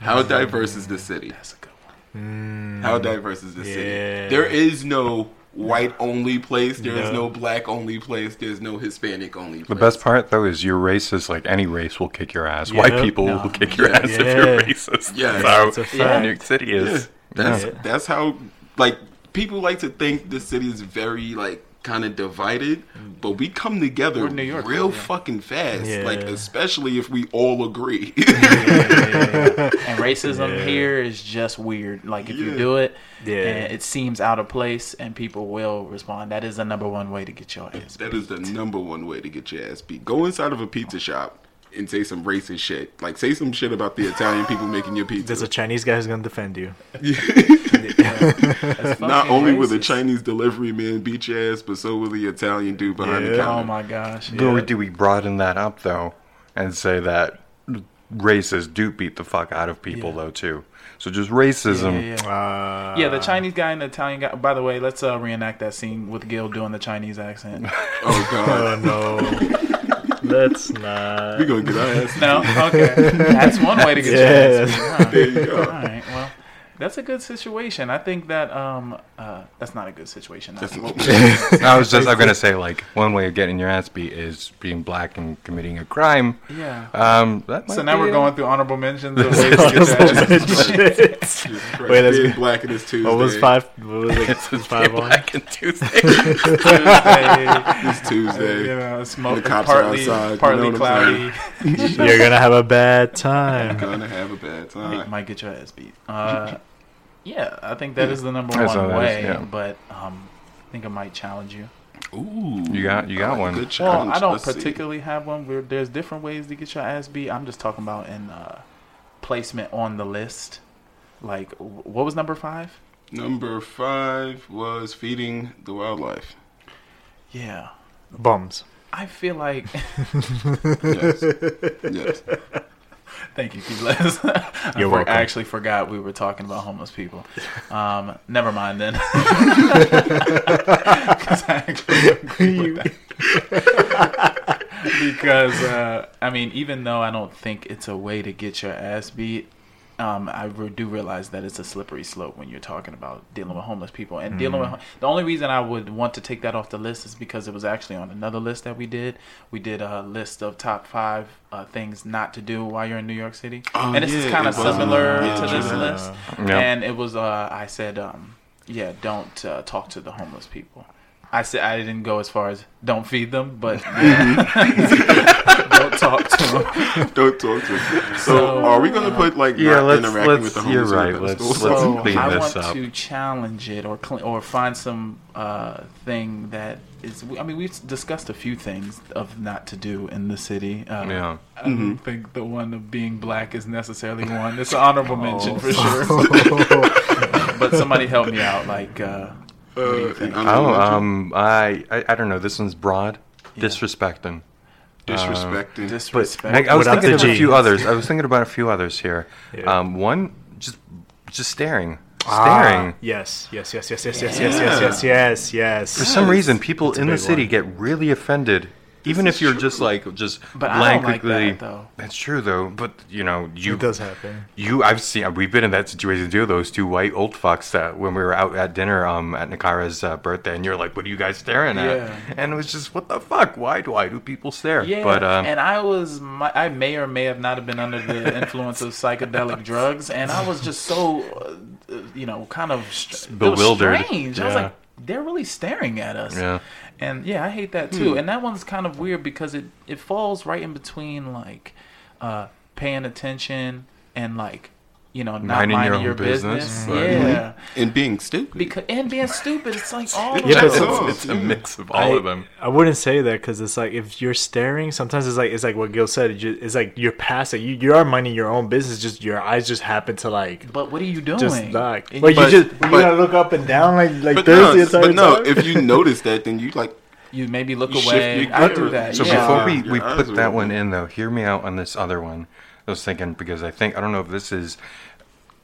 Speaker 9: How diverse is this city? Hmm. That's a good one. How diverse is this
Speaker 11: Yeah.
Speaker 9: city? There is no white only place. There is
Speaker 11: No.
Speaker 9: no black only place. There's no Hispanic only
Speaker 8: The
Speaker 9: place.
Speaker 8: best part though is your race is like any race will kick your ass. White
Speaker 9: Yep.
Speaker 8: people
Speaker 9: Yeah.
Speaker 8: will kick your ass if
Speaker 9: Yeah.
Speaker 8: you're racist.
Speaker 9: Yeah,
Speaker 8: that's how New York City is.
Speaker 9: Yeah. That's
Speaker 8: Yeah.
Speaker 9: that's how like people like to think this city is very like kind of divided, but we come together
Speaker 10: We're New York,
Speaker 9: real
Speaker 10: yeah.
Speaker 9: fucking fast.
Speaker 10: Yeah.
Speaker 9: Like especially if we all agree.
Speaker 10: and racism
Speaker 9: Yeah.
Speaker 10: here is just weird. Like if
Speaker 9: Yeah.
Speaker 10: you do it,
Speaker 9: Yeah.
Speaker 10: and it seems out of place, and people will respond. That is the number one way to get your ass.
Speaker 9: that is the number one way to get your ass beat. Go inside of a pizza shop and say some racist shit. Like say some shit about the Italian people making your pizza.
Speaker 11: There's a Chinese guy who's gonna defend you.
Speaker 9: Not only will the Chinese delivery man beat your ass, but so will the Italian dude behind the
Speaker 8: Yeah.
Speaker 9: counter.
Speaker 10: Oh my gosh!
Speaker 8: Nor
Speaker 10: Yeah.
Speaker 8: do we broaden that up though, and say that races do beat the fuck out of people though too. So just racism.
Speaker 10: Yeah,
Speaker 9: Uh,
Speaker 10: Yeah, the Chinese guy and the Italian guy. By the way, let's uh, reenact that scene with Gil doing the Chinese accent.
Speaker 9: Oh god.
Speaker 11: no. That's not.
Speaker 9: We gonna get our ass.
Speaker 10: No, okay, that's one way to get your ass. beat. All right.
Speaker 9: There you go.
Speaker 10: All right, well, that's a good situation. I think that um, uh, that's not a good situation. That's
Speaker 8: I was just I'm gonna say like one way of getting your ass beat is being black and committing a crime.
Speaker 10: Yeah.
Speaker 8: Um. That
Speaker 10: So
Speaker 8: might
Speaker 10: now
Speaker 8: be
Speaker 10: we're
Speaker 9: uh,
Speaker 8: it.
Speaker 10: going through honorable mentions. Of
Speaker 8: This
Speaker 10: ways
Speaker 8: is
Speaker 10: to get
Speaker 8: honorable
Speaker 10: that.
Speaker 8: mentions.
Speaker 9: Wait, that's Being Black and It's Tuesday.
Speaker 11: What was five? What was it?
Speaker 9: It's
Speaker 11: five
Speaker 9: Being
Speaker 11: on?
Speaker 9: Black and Tuesday. It's Tuesday.
Speaker 10: You know, it's mo-
Speaker 9: The cops are
Speaker 10: partly,
Speaker 9: outside, you
Speaker 10: partly
Speaker 9: know what I'm
Speaker 10: cloudy.
Speaker 11: You're gonna have a bad time.
Speaker 9: You're gonna have a bad time.
Speaker 10: Might get your ass beat. Uh, yeah, I think that is the number
Speaker 8: That's
Speaker 10: one
Speaker 8: all that is,
Speaker 10: way.
Speaker 8: yeah.
Speaker 10: But um, I think I might challenge you.
Speaker 9: Ooh,
Speaker 8: You got you got one.
Speaker 10: Well, I don't particularly have one. Where there's different ways to get your ass beat. I'm just talking about in uh, placement on the list. Like, wh- what was number five?
Speaker 9: Number five was feeding the wildlife.
Speaker 10: Yeah,
Speaker 11: Bums.
Speaker 10: I feel like.
Speaker 9: Yes. yes.
Speaker 10: Thank you, Keith Les. I
Speaker 11: You're
Speaker 10: for-
Speaker 11: welcome.
Speaker 10: I actually forgot we were talking about homeless people. Um, never mind then. 'Cause I actually agree with that. because uh, I mean, even though I don't think it's a way to get your ass beat, um, I re- do realize that it's a slippery slope when you're talking about dealing with homeless people and
Speaker 11: Mhm.
Speaker 10: dealing with. ho- The only reason I would want to take that off the list is because it was actually on another list that we did. We did a list of top five uh, things not to do while you're in New York City,
Speaker 11: Oh,
Speaker 10: and this is
Speaker 11: yeah,
Speaker 10: kind
Speaker 11: it
Speaker 10: of
Speaker 11: was on-
Speaker 10: similar
Speaker 11: yeah,
Speaker 10: to this
Speaker 11: yeah.
Speaker 10: list.
Speaker 11: Yeah.
Speaker 10: And it was uh, I said, um, yeah, don't uh, talk to the homeless people. I said I didn't go as far as don't feed them, but don't talk to them.
Speaker 9: Don't talk to them. So, are we going to put like
Speaker 8: Yeah,
Speaker 9: not
Speaker 8: let's-
Speaker 9: interacting
Speaker 8: let's-
Speaker 9: with the
Speaker 8: you're
Speaker 9: homeless?
Speaker 8: right,
Speaker 9: people?
Speaker 8: let's-
Speaker 9: So-
Speaker 8: let's clean
Speaker 10: I
Speaker 8: this
Speaker 10: want
Speaker 8: up.
Speaker 10: to challenge it or cl- or find some uh, thing that is. I mean, we've discussed a few things of not to do in the city. Uh,
Speaker 8: Yeah.
Speaker 10: I don't think the one of being black is necessarily one. It's an honorable
Speaker 8: Oh.
Speaker 10: mention for sure. but somebody help me out. Like, uh, what do you think?
Speaker 8: Oh, um, I, I, I don't know. This one's broad. Disrespecting.
Speaker 9: Disrespecting.
Speaker 8: Um,
Speaker 9: Disrespect.
Speaker 8: but, like, I was
Speaker 9: Without
Speaker 8: thinking of
Speaker 9: the
Speaker 8: a few
Speaker 9: G.
Speaker 8: others. I was thinking about a few others here.
Speaker 11: Yeah.
Speaker 8: Um, one, just, just staring,
Speaker 11: Ah,
Speaker 8: staring.
Speaker 11: yes, yes, yes, yes, yes, yes, yes, yes, yes, yes, yes.
Speaker 8: For some reason, people
Speaker 11: That's a
Speaker 8: in the
Speaker 11: big
Speaker 8: city
Speaker 11: one.
Speaker 8: get really offended, even if you're just like just
Speaker 11: But I don't like
Speaker 8: blankly.
Speaker 11: that, though.
Speaker 8: That's true, though. But you know, you
Speaker 11: It does happen.
Speaker 8: You, I've seen. uh, We've been in that situation too. Those two white old fucks that when we were out at dinner um, at Nakara's uh, birthday, and you're like, "What are you guys staring at?"
Speaker 10: Yeah.
Speaker 8: And it was just, "What the fuck? Why do why do people stare?"
Speaker 10: Yeah,
Speaker 8: But um,
Speaker 10: and I was my, I may or may have not have been under the influence of psychedelic drugs, and I was just so, uh, you know, kind of str- it was
Speaker 8: Bewildered,
Speaker 10: strange. I was
Speaker 8: yeah.
Speaker 10: like, they're really staring at us.
Speaker 8: Yeah.
Speaker 10: And yeah, I hate that too.
Speaker 8: Hmm.
Speaker 10: And that one's kind of weird because it it falls right in between like uh, paying attention and like you know not minding, your, business.
Speaker 9: but-
Speaker 10: Yeah.
Speaker 9: and being stupid.
Speaker 10: Because and being stupid, it's like all of
Speaker 8: Yeah,
Speaker 10: those.
Speaker 8: it's- it's a mix of all
Speaker 11: I,
Speaker 8: of them.
Speaker 11: I wouldn't say that because it's like if you're staring, sometimes it's like it's like what Gil said. It ju- It's like you're passive. You you are minding your own business. Just your eyes just happen to like.
Speaker 10: But what are you
Speaker 11: Just
Speaker 10: doing?
Speaker 11: like,
Speaker 10: It-
Speaker 11: well, you
Speaker 10: But-
Speaker 11: just you
Speaker 10: but-
Speaker 11: gotta look up and down like like
Speaker 9: But
Speaker 11: Thursday.
Speaker 9: no,
Speaker 11: entire
Speaker 9: but no,
Speaker 11: time.
Speaker 9: if you notice that, then you like
Speaker 10: you maybe look
Speaker 9: you shift
Speaker 10: away.
Speaker 9: your
Speaker 10: I
Speaker 9: gear.
Speaker 10: do that.
Speaker 8: So
Speaker 10: yeah.
Speaker 8: before we, we
Speaker 9: Yeah,
Speaker 8: put that
Speaker 9: absolutely.
Speaker 8: one in, though, hear me out on this other one. I was thinking because I think I don't know if this is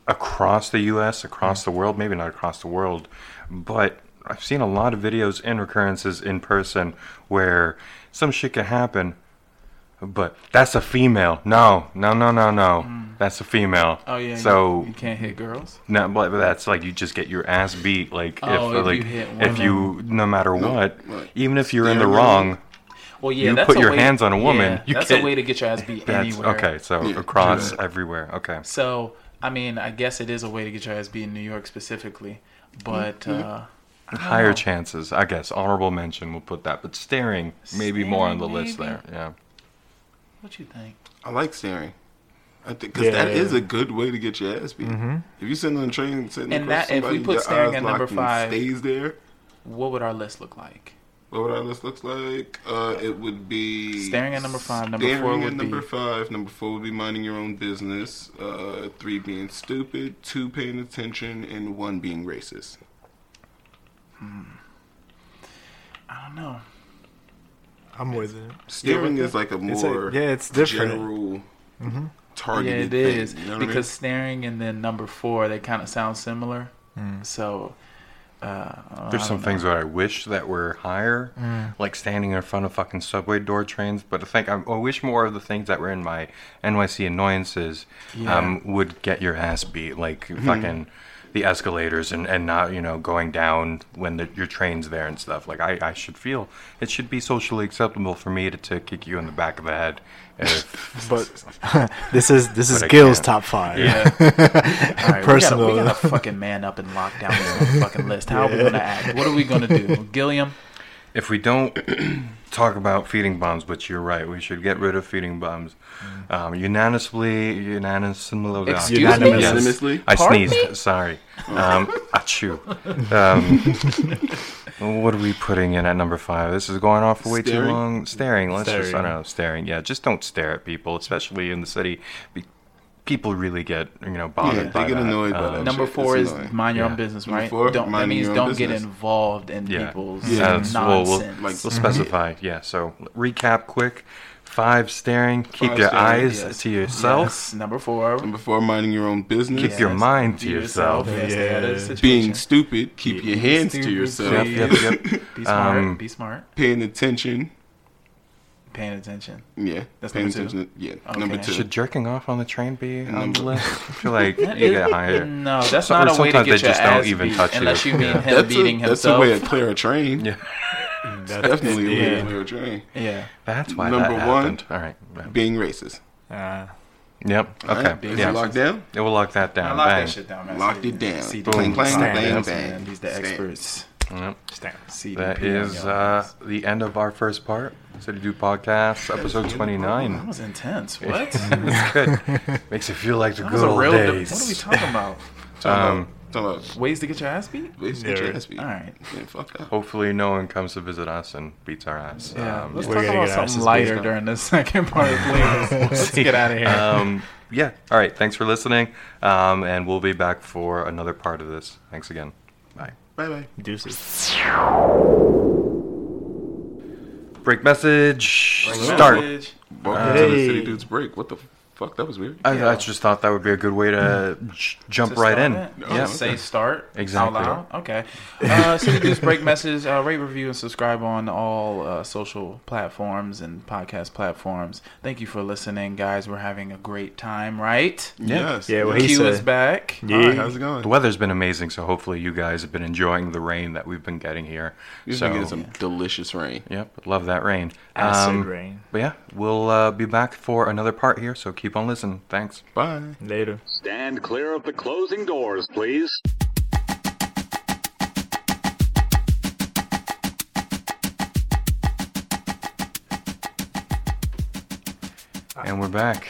Speaker 8: across the U.S., across the world, maybe not across the world, but I've seen a lot of videos and recurrences in person where some shit can happen. But that's a female. No, no, no, no, no. That's a female.
Speaker 10: Mm. Oh, yeah,
Speaker 8: So
Speaker 10: you- you can't hit girls?
Speaker 8: No, but but that's like you just get your ass beat. Like
Speaker 10: Oh,
Speaker 8: if,
Speaker 10: if
Speaker 8: like
Speaker 10: you hit
Speaker 8: if
Speaker 10: women.
Speaker 8: you no matter
Speaker 10: No,
Speaker 8: what,
Speaker 10: right.
Speaker 8: even if you're in the
Speaker 10: Staring at
Speaker 8: wrong,
Speaker 10: Well, yeah,
Speaker 8: you
Speaker 10: that's
Speaker 8: put
Speaker 10: a
Speaker 8: your
Speaker 10: way-
Speaker 8: hands on a woman.
Speaker 10: yeah,
Speaker 8: you
Speaker 10: that's a
Speaker 8: can't,
Speaker 10: way to get your ass beat
Speaker 8: That's-
Speaker 10: anywhere.
Speaker 8: Okay, so
Speaker 10: Yeah,
Speaker 8: across
Speaker 10: true
Speaker 8: everywhere. Okay.
Speaker 10: So I mean, I guess it is a way to get your ass beat in New York specifically, but
Speaker 8: Mm-hmm.
Speaker 10: uh, I don't
Speaker 8: Higher
Speaker 10: know.
Speaker 8: chances, I guess. Honorable mention, we'll put that. But staring, maybe more on the
Speaker 10: Staring,
Speaker 8: list
Speaker 10: maybe?
Speaker 8: there. Yeah.
Speaker 10: What you think?
Speaker 9: I like staring. I think because
Speaker 10: Yeah,
Speaker 9: that is
Speaker 10: yeah.
Speaker 9: a good way to get your ass beat.
Speaker 10: Mhm.
Speaker 9: If you sitting on a train, sitting
Speaker 10: And
Speaker 9: across
Speaker 10: that if we
Speaker 9: somebody,
Speaker 10: put
Speaker 9: your
Speaker 10: staring
Speaker 9: eyes
Speaker 10: at number
Speaker 9: locked and
Speaker 10: five,
Speaker 9: stays there.
Speaker 10: What would our list look like?
Speaker 9: What would our list looks like? Uh, it would be
Speaker 10: Staring at number five, number
Speaker 9: staring
Speaker 10: four
Speaker 9: at
Speaker 10: would
Speaker 9: number
Speaker 10: be-
Speaker 9: five. Number four would be minding your own business. Uh, three being stupid. Two paying attention, and one being racist.
Speaker 10: I don't know.
Speaker 11: I'm with it.
Speaker 9: Staring is like a
Speaker 11: It's
Speaker 9: more
Speaker 11: yeah, it's different.
Speaker 9: general
Speaker 11: Mhm.
Speaker 9: targeted
Speaker 10: yeah, it
Speaker 9: thing,
Speaker 10: is
Speaker 9: you know what I mean?
Speaker 10: because staring and then number four they kind of sound similar.
Speaker 8: Mm.
Speaker 10: So uh,
Speaker 8: There's
Speaker 10: I
Speaker 11: Um,
Speaker 8: some
Speaker 10: don't
Speaker 8: things
Speaker 10: know.
Speaker 8: that I wish that were higher,
Speaker 10: Mm.
Speaker 8: like standing in front of fucking subway door trains. But I think I, I wish more of the things that were in my NYC annoyances um, would get your ass beat, like
Speaker 11: Mm-hmm.
Speaker 9: Mhm.
Speaker 8: fucking the escalators and, and not you know going down when the, your train's there and stuff. Like I, I should feel it should be socially acceptable for me to, to kick you in the back of the head. If,
Speaker 11: But this is this is
Speaker 8: But I
Speaker 11: Gil's
Speaker 8: can't.
Speaker 11: top five.
Speaker 8: Yeah.
Speaker 10: All right,
Speaker 11: Personal.
Speaker 10: We gotta, we gotta fucking man up and lock down this whole fucking list. How are we
Speaker 11: Yeah.
Speaker 10: gonna act? What are we gonna do, Gilliam?
Speaker 8: if we don't talk about feeding bombs, which you're right, we should get rid of feeding bombs. Um, unanimously, unanimously.
Speaker 10: Mm. Excuse me?
Speaker 8: Yes.
Speaker 10: Unanimously?
Speaker 8: I
Speaker 10: Pardon
Speaker 8: sneezed.
Speaker 10: me?
Speaker 8: Sorry. Um, achoo. Um, what are we putting in at number five? This is going on for way
Speaker 9: Staring?
Speaker 8: too long. Staring. Let's just, I
Speaker 9: Staring.
Speaker 8: don't know, staring. Yeah, just don't stare at people, especially in the city. Be- people really get, you know, bothered
Speaker 9: they
Speaker 8: by
Speaker 9: get
Speaker 8: that. Uh,
Speaker 9: annoyed by that
Speaker 10: Number
Speaker 9: shit.
Speaker 10: four
Speaker 9: It's
Speaker 10: is
Speaker 9: annoying.
Speaker 10: mind your
Speaker 9: Yeah.
Speaker 10: own business,
Speaker 9: Number
Speaker 10: right?
Speaker 9: four,
Speaker 10: don't, that
Speaker 9: mind
Speaker 10: means
Speaker 9: your own
Speaker 10: don't get
Speaker 9: business.
Speaker 10: involved in
Speaker 8: Yeah.
Speaker 10: people's
Speaker 8: Yeah,
Speaker 10: nonsense.
Speaker 8: that's- we'll, we'll, we'll specify. Yeah, so recap quick. Five staring. Keep
Speaker 9: Five
Speaker 8: your
Speaker 9: staring,
Speaker 8: eyes
Speaker 9: yes.
Speaker 8: to yourself.
Speaker 10: Number four.
Speaker 9: Number four, minding your own business.
Speaker 8: Keep your mind to yourself.
Speaker 9: Being stupid, keep your hands to
Speaker 10: Stupid,
Speaker 9: yourself.
Speaker 8: um,
Speaker 10: please. Yep, yep, yep. Be smart, be smart.
Speaker 9: Paying attention.
Speaker 10: Paying attention.
Speaker 9: Yeah,
Speaker 10: That's
Speaker 9: paying
Speaker 10: number two.
Speaker 9: attention. Yeah,
Speaker 10: Okay.
Speaker 9: number two.
Speaker 8: Should jerking off on the train be on
Speaker 9: Number-
Speaker 8: the list? I feel like you
Speaker 10: That is-
Speaker 8: get hired.
Speaker 10: No, that's
Speaker 8: So-
Speaker 10: not
Speaker 8: or
Speaker 10: a way
Speaker 8: sometimes
Speaker 10: to get
Speaker 8: they
Speaker 10: your
Speaker 8: just don't
Speaker 10: ass
Speaker 8: even
Speaker 10: beat
Speaker 8: touch you.
Speaker 10: unless you mean him
Speaker 9: that's
Speaker 10: beating
Speaker 9: a, That's a
Speaker 10: himself.
Speaker 9: way to clear a train. Yeah,
Speaker 10: That's-
Speaker 9: definitely a way
Speaker 10: yeah.
Speaker 9: to clear a train.
Speaker 10: Yeah.
Speaker 8: That's why
Speaker 9: number
Speaker 8: that
Speaker 9: one.
Speaker 8: happened. All right.
Speaker 9: being racist.
Speaker 8: Uh, Yep.
Speaker 9: All right,
Speaker 8: Okay.
Speaker 9: is it
Speaker 8: yeah.
Speaker 9: locked down?
Speaker 8: It will lock that down.
Speaker 10: I lock
Speaker 8: bang.
Speaker 10: that shit down, man.
Speaker 9: Locked it down.
Speaker 10: CD.
Speaker 9: Clang, clang,
Speaker 10: Stamp.
Speaker 9: clang,
Speaker 10: Stamp.
Speaker 9: bang.
Speaker 10: These the
Speaker 9: Stamp.
Speaker 10: experts.
Speaker 8: Yep.
Speaker 10: CD.
Speaker 8: That is uh, the end of our first part. City Do Podcast, episode 29.
Speaker 10: That was intense. What?
Speaker 8: it was good. Makes you feel like the
Speaker 10: That
Speaker 8: good
Speaker 10: was a
Speaker 8: old
Speaker 10: real. de-
Speaker 8: days.
Speaker 10: What are we talking about?
Speaker 8: Um,
Speaker 10: ways to get your ass beat.
Speaker 9: Ways
Speaker 8: to get your ass
Speaker 10: All right.
Speaker 8: Hopefully, no one comes to visit us and beats our ass.
Speaker 10: Yeah,
Speaker 8: Um,
Speaker 10: let's talk about something lighter during the second part, please.
Speaker 8: We'll
Speaker 10: Let's
Speaker 8: see.
Speaker 10: get out of here.
Speaker 8: Um, yeah. All right. Thanks for listening. Um, and we'll be back for another part of this. Thanks again. Bye.
Speaker 9: Bye bye.
Speaker 11: Deuces.
Speaker 8: Break message.
Speaker 9: Break
Speaker 8: Start.
Speaker 9: message.
Speaker 8: Uh,
Speaker 9: Welcome to the City Dudes break. What the fuck? That was weird.
Speaker 8: I, I just thought that would be a good way to j- jump
Speaker 10: To
Speaker 8: right
Speaker 10: start
Speaker 8: in.
Speaker 10: it?
Speaker 8: Yeah.
Speaker 10: Just say start
Speaker 8: Exactly.
Speaker 10: out loud. Okay. Uh, City News Break message. Uh, rate, review, and subscribe on all uh, social platforms and podcast platforms. Thank you for listening, guys. We're having a great time, right?
Speaker 8: Yeah. Yes.
Speaker 10: Yeah.
Speaker 8: Yeah,
Speaker 10: Well,
Speaker 8: what he
Speaker 10: Q
Speaker 8: said.
Speaker 10: is back.
Speaker 8: The weather's been amazing, so hopefully you guys have been enjoying the rain that we've been getting here.
Speaker 9: We've
Speaker 8: so,
Speaker 9: been getting some delicious rain.
Speaker 8: Yep, love that rain. Um,
Speaker 9: Acid rain.
Speaker 8: But yeah, we'll uh, be back for another part here, so keep on listening. Thanks.
Speaker 9: Bye.
Speaker 8: Later.
Speaker 13: Stand clear of the closing doors, please.
Speaker 8: And we're back.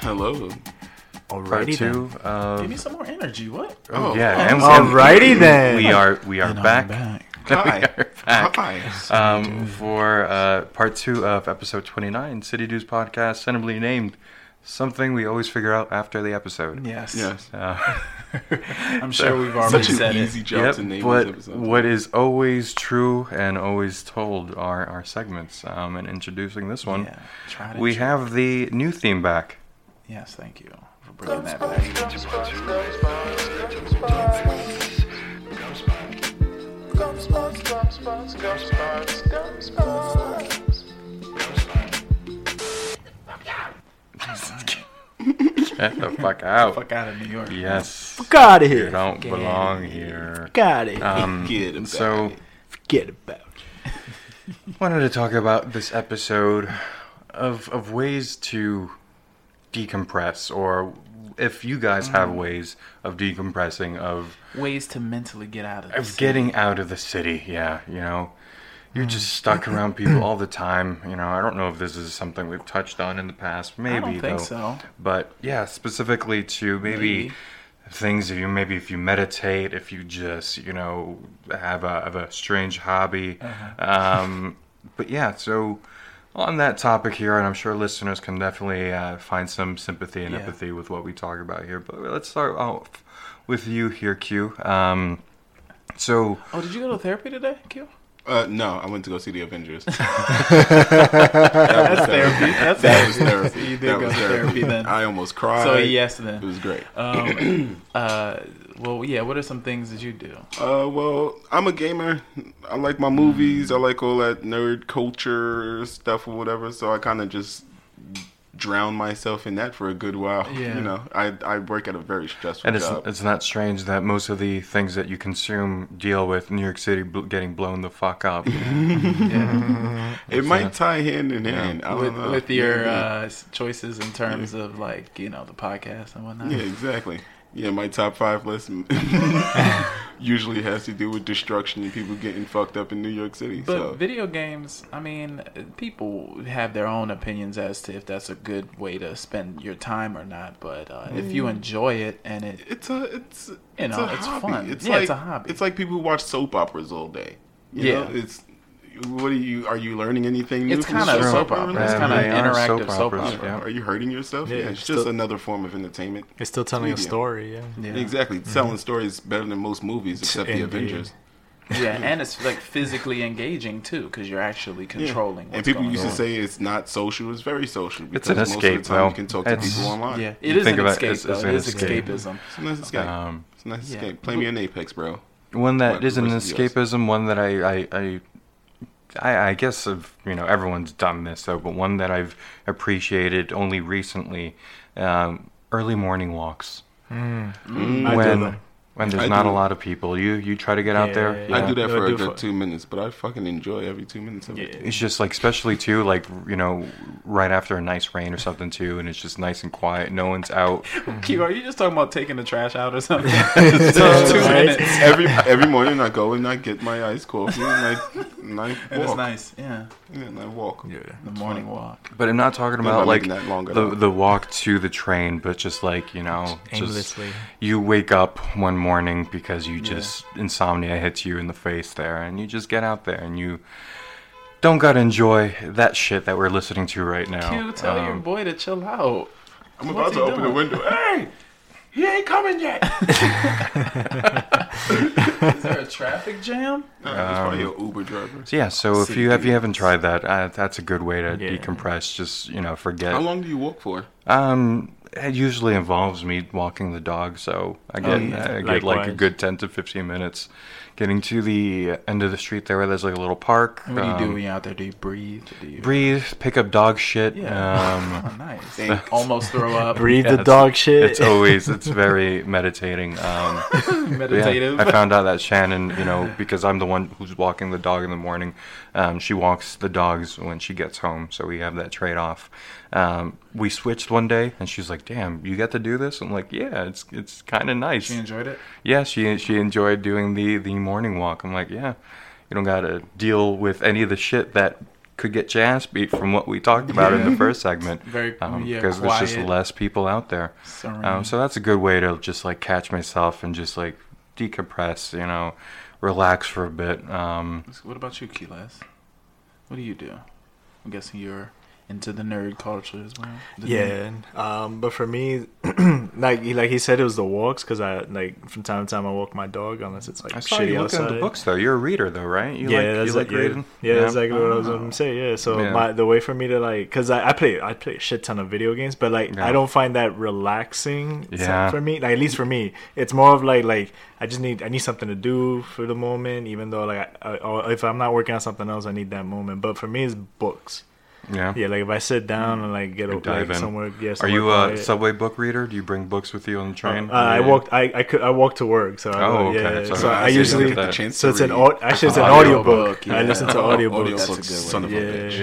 Speaker 9: Hello.
Speaker 8: Part
Speaker 10: Alrighty
Speaker 8: two
Speaker 10: then.
Speaker 8: of.
Speaker 10: Give me some more energy. What?
Speaker 8: Oh, yeah. and-
Speaker 11: Alrighty
Speaker 8: and
Speaker 11: then.
Speaker 8: We are we are
Speaker 11: And I'm
Speaker 8: back.
Speaker 11: back.
Speaker 8: we
Speaker 11: Hi.
Speaker 8: are back.
Speaker 11: Hi.
Speaker 8: Um, for uh, part two of episode twenty nine, City Dudes podcast, randomly named something we always figure out after the episode.
Speaker 10: Yes.
Speaker 9: Yes.
Speaker 8: Uh,
Speaker 10: I'm
Speaker 8: so-
Speaker 10: sure we've already
Speaker 9: Such an
Speaker 10: said
Speaker 9: easy
Speaker 10: it.
Speaker 9: job
Speaker 8: Yep,
Speaker 9: to name
Speaker 8: but
Speaker 9: this episode.
Speaker 8: what is always true and always told are our segments. Um, and introducing this one,
Speaker 10: tried and
Speaker 8: we
Speaker 10: true.
Speaker 8: have the new theme back.
Speaker 10: Yes. Thank you for bringing that back.
Speaker 8: Get the fuck out.
Speaker 10: Fuck out of New York.
Speaker 8: Yes.
Speaker 11: Fuck outta here.
Speaker 8: You don't
Speaker 11: Fuck
Speaker 8: belong
Speaker 11: outta
Speaker 8: here.
Speaker 11: Fuck outta here.
Speaker 9: Um, Forget about
Speaker 8: so,
Speaker 11: Forget about
Speaker 8: wanted to talk about this episode of of ways to decompress, or if you guys have
Speaker 10: Mhm.
Speaker 8: ways of decompressing, of
Speaker 10: Ways to mentally get out of the
Speaker 8: of
Speaker 10: city.
Speaker 8: getting out of the city. Yeah, you know, you're
Speaker 10: Mm.
Speaker 8: just stuck around people all the time. You know, I don't know if this is something we've touched on in the past. Maybe
Speaker 10: I don't think
Speaker 8: though.
Speaker 10: so.
Speaker 8: But yeah, specifically to maybe,
Speaker 10: Maybe.
Speaker 8: things if you maybe if you meditate, if you just you know have a have a strange hobby.
Speaker 10: Uh-huh.
Speaker 8: Um, but yeah, so. On that topic here, and I'm sure listeners can definitely uh, find some sympathy and
Speaker 10: Yeah.
Speaker 8: empathy with what we talk about here. But let's start off with you here, Q. Um, so,
Speaker 10: Oh, did you go to therapy today, Q?
Speaker 9: Uh, no, I went to go see the Avengers. That's
Speaker 10: That's therapy. That's
Speaker 9: that was
Speaker 10: therapy.
Speaker 9: therapy.
Speaker 10: You did
Speaker 9: that
Speaker 10: go
Speaker 9: was
Speaker 10: to therapy then.
Speaker 9: I almost cried.
Speaker 10: So yes, then
Speaker 9: It was great.
Speaker 10: Um, uh, well, yeah. What are some things that you do?
Speaker 9: Uh, well, I'm a gamer. I like my movies. I like all that nerd culture stuff or whatever. So I kind of just drown myself in that for a good while.
Speaker 10: Yeah.
Speaker 9: You know, I I work at a very stressful
Speaker 8: and it's,
Speaker 9: job.
Speaker 8: it's not strange that most of the things that you consume deal with New York City bl- getting blown the fuck up.
Speaker 9: It
Speaker 8: So-
Speaker 9: might tie hand in hand. I don't
Speaker 10: with,
Speaker 9: know.
Speaker 10: with your
Speaker 9: Maybe.
Speaker 10: uh, s- choices in terms of like you know the podcast and whatnot.
Speaker 9: Yeah, exactly. Yeah, my top five list usually has to do with destruction and people getting fucked up in New York City.
Speaker 10: But
Speaker 9: so
Speaker 10: video games, I mean, people have their own opinions as to if that's a good way to spend your time or not. But uh, if you
Speaker 9: Mm.
Speaker 10: enjoy it and it,
Speaker 9: it's a it's you
Speaker 10: you know it's, fun.
Speaker 9: It's
Speaker 10: yeah,
Speaker 9: like,
Speaker 10: it's a hobby.
Speaker 9: It's like people who watch soap operas all day. You
Speaker 10: Yeah.
Speaker 9: know? it's what are you? Are you learning anything? New
Speaker 10: It's
Speaker 9: from
Speaker 10: kinda
Speaker 9: the
Speaker 10: a soap opera.
Speaker 8: Um,
Speaker 10: It's kinda
Speaker 9: They
Speaker 10: an
Speaker 9: are
Speaker 10: interactive soap
Speaker 9: operas.
Speaker 10: opera.
Speaker 9: Are you hurting yourself?
Speaker 10: Yeah,
Speaker 9: Yeah,
Speaker 10: it's
Speaker 9: it's just
Speaker 10: still-
Speaker 9: another form of entertainment.
Speaker 11: It's still telling a
Speaker 9: Medium.
Speaker 11: story, yeah. Yeah.
Speaker 9: exactly.
Speaker 11: Mhm.
Speaker 9: Telling stories better than most movies, except the
Speaker 11: Indeed.
Speaker 9: Avengers.
Speaker 10: yeah, and it's like physically engaging too because you're actually controlling.
Speaker 9: And
Speaker 10: what's
Speaker 9: people
Speaker 10: going
Speaker 9: used
Speaker 10: on.
Speaker 9: to say it's not social. It's very social.
Speaker 8: It's an
Speaker 9: because most of the
Speaker 8: escape,
Speaker 9: time
Speaker 8: though.
Speaker 9: You can talk to
Speaker 8: It's-
Speaker 9: people online.
Speaker 10: Yeah, it is
Speaker 8: Think
Speaker 10: an
Speaker 8: about-
Speaker 10: escape
Speaker 8: it's-
Speaker 10: though.
Speaker 8: it's
Speaker 10: It
Speaker 8: an
Speaker 10: is
Speaker 8: escape.
Speaker 10: escapism.
Speaker 9: It's a nice escape.
Speaker 8: Um,
Speaker 9: it's a nice
Speaker 10: Yeah.
Speaker 9: escape. Play me an Apex, bro.
Speaker 8: One
Speaker 9: What,
Speaker 8: that isn't an
Speaker 9: versus the US?
Speaker 8: escapism, one that I, I, I I, I guess of you know everyone's done this though, but one that I've appreciated only recently, um, early morning walks. Hmm.
Speaker 11: Mm.
Speaker 9: Mm. I do
Speaker 8: When
Speaker 9: them.
Speaker 8: when there's
Speaker 9: I
Speaker 8: not
Speaker 9: do.
Speaker 8: a lot of people, you you try to get out there.
Speaker 9: I do
Speaker 8: Yeah.
Speaker 9: that for a good two minutes, but I fucking enjoy every two minutes of it.
Speaker 8: It's just like, especially too, like you know, right after a nice rain or something too, and it's just nice and quiet. No one's out.
Speaker 10: Q, are you just talking about taking the trash out or something?
Speaker 9: So,
Speaker 10: two minutes.
Speaker 9: every every morning I go and I get my iced coffee and I, and I walk.
Speaker 10: And it's nice, yeah.
Speaker 9: Yeah, and I walk.
Speaker 8: Yeah,
Speaker 10: the morning walk.
Speaker 8: But I'm not talking
Speaker 9: I'm not
Speaker 8: about like
Speaker 9: making that long at
Speaker 8: the
Speaker 9: all.
Speaker 8: the walk to the train, but just like you know,
Speaker 11: Just aimlessly.
Speaker 8: you wake up one morning because you just insomnia hits you in the face there, and you just get out there and you don't gotta enjoy that shit that we're listening to right now.
Speaker 10: Q, tell your
Speaker 8: Um,
Speaker 10: boy to chill out.
Speaker 9: I'm about to open the window. Ah, Hey,
Speaker 10: he ain't coming yet. Is there a traffic jam?
Speaker 9: It's probably
Speaker 8: Um,
Speaker 9: an Uber driver.
Speaker 8: So yeah, so if
Speaker 9: City
Speaker 8: you if you
Speaker 9: dude.
Speaker 8: haven't tried that, uh, that's a good way to
Speaker 9: Yeah.
Speaker 8: decompress. Just you know, forget.
Speaker 9: How long do you walk for?
Speaker 8: Um, it usually involves me walking the dog, so I
Speaker 9: Oh,
Speaker 8: get I
Speaker 9: yeah.
Speaker 8: get like a
Speaker 9: Likewise.
Speaker 8: good ten to fifteen minutes. Getting to the end of the street there, where there's like a little park.
Speaker 10: What do you do
Speaker 8: um,
Speaker 10: when you're out there? Do you breathe? Do you...
Speaker 8: Breathe, pick up dog shit.
Speaker 10: Yeah.
Speaker 8: Um,
Speaker 10: Oh, Nice. Think. Almost throw up.
Speaker 11: Breathe the
Speaker 8: it's-
Speaker 11: dog shit.
Speaker 8: It's always it's very meditating. Um, but yeah,
Speaker 10: Meditative.
Speaker 8: I found out that Shannon, you know, because I'm the one who's walking the dog in the morning, um, she walks the dogs when she gets home, so we have that trade off. Um, we switched one day, and she's like, "Damn, you get to do this." I'm like, "Yeah, it's it's kind of nice."
Speaker 10: She enjoyed it?
Speaker 8: Yeah, she she enjoyed doing the the morning walk. I'm like, "Yeah, you don't got to deal with any of the shit that." Could get your ass beat from what we talked about in the
Speaker 10: Yeah.
Speaker 8: first segment. um,
Speaker 10: Very- yeah,
Speaker 8: because there's just
Speaker 10: quiet.
Speaker 8: less people out there. Um,
Speaker 10: Serene.
Speaker 8: so that's a good way to just like catch myself and just like decompress, you know, relax for a bit. Um,
Speaker 10: What about you, Keyless? What do you do? I'm guessing you're into the nerd culture as well. The
Speaker 11: Yeah,
Speaker 10: nerd-
Speaker 11: um, but for me, like he- like he said, it was the walks because I like from time to time I walk my dog unless it's like
Speaker 8: I saw
Speaker 11: shitty
Speaker 8: you looking at
Speaker 11: outside.
Speaker 8: the books though. You're a reader though, right? You
Speaker 11: yeah,
Speaker 8: like,
Speaker 11: that's
Speaker 8: you like
Speaker 11: yeah,
Speaker 8: reading?
Speaker 11: Yeah, that's exactly what I was gonna say. Yeah, so
Speaker 8: Yeah.
Speaker 11: my the way for me to like, cause I, I play I play a shit ton of video games, but like
Speaker 8: Yeah.
Speaker 11: I don't find that relaxing. so-
Speaker 8: Yeah.
Speaker 11: for me, like at least for me, it's more of like like I just need I need something to do for the moment. Even though like I, or if I'm not working on something else, I need that moment. But for me, it's books.
Speaker 8: Yeah.
Speaker 11: yeah. Like if I sit down and like get a,
Speaker 8: Dive
Speaker 11: like,
Speaker 8: in.
Speaker 11: somewhere, yeah.
Speaker 8: Are
Speaker 11: Somewhere
Speaker 8: you a
Speaker 11: quiet.
Speaker 8: subway book reader? Do you bring books with you on the train?
Speaker 11: Uh, I
Speaker 8: Yeah.
Speaker 11: walked. I, I could. I walked to work. So I,
Speaker 8: Oh,
Speaker 11: yeah,
Speaker 8: okay.
Speaker 11: yeah.
Speaker 8: So
Speaker 11: So,
Speaker 8: I
Speaker 11: I
Speaker 8: see you
Speaker 11: usually.
Speaker 8: get that chance
Speaker 11: So
Speaker 8: to
Speaker 11: it's an.
Speaker 8: read.
Speaker 11: Au- actually, it's an audiobook. I listen to audiobooks.
Speaker 9: Audiobooks, son of a bitch.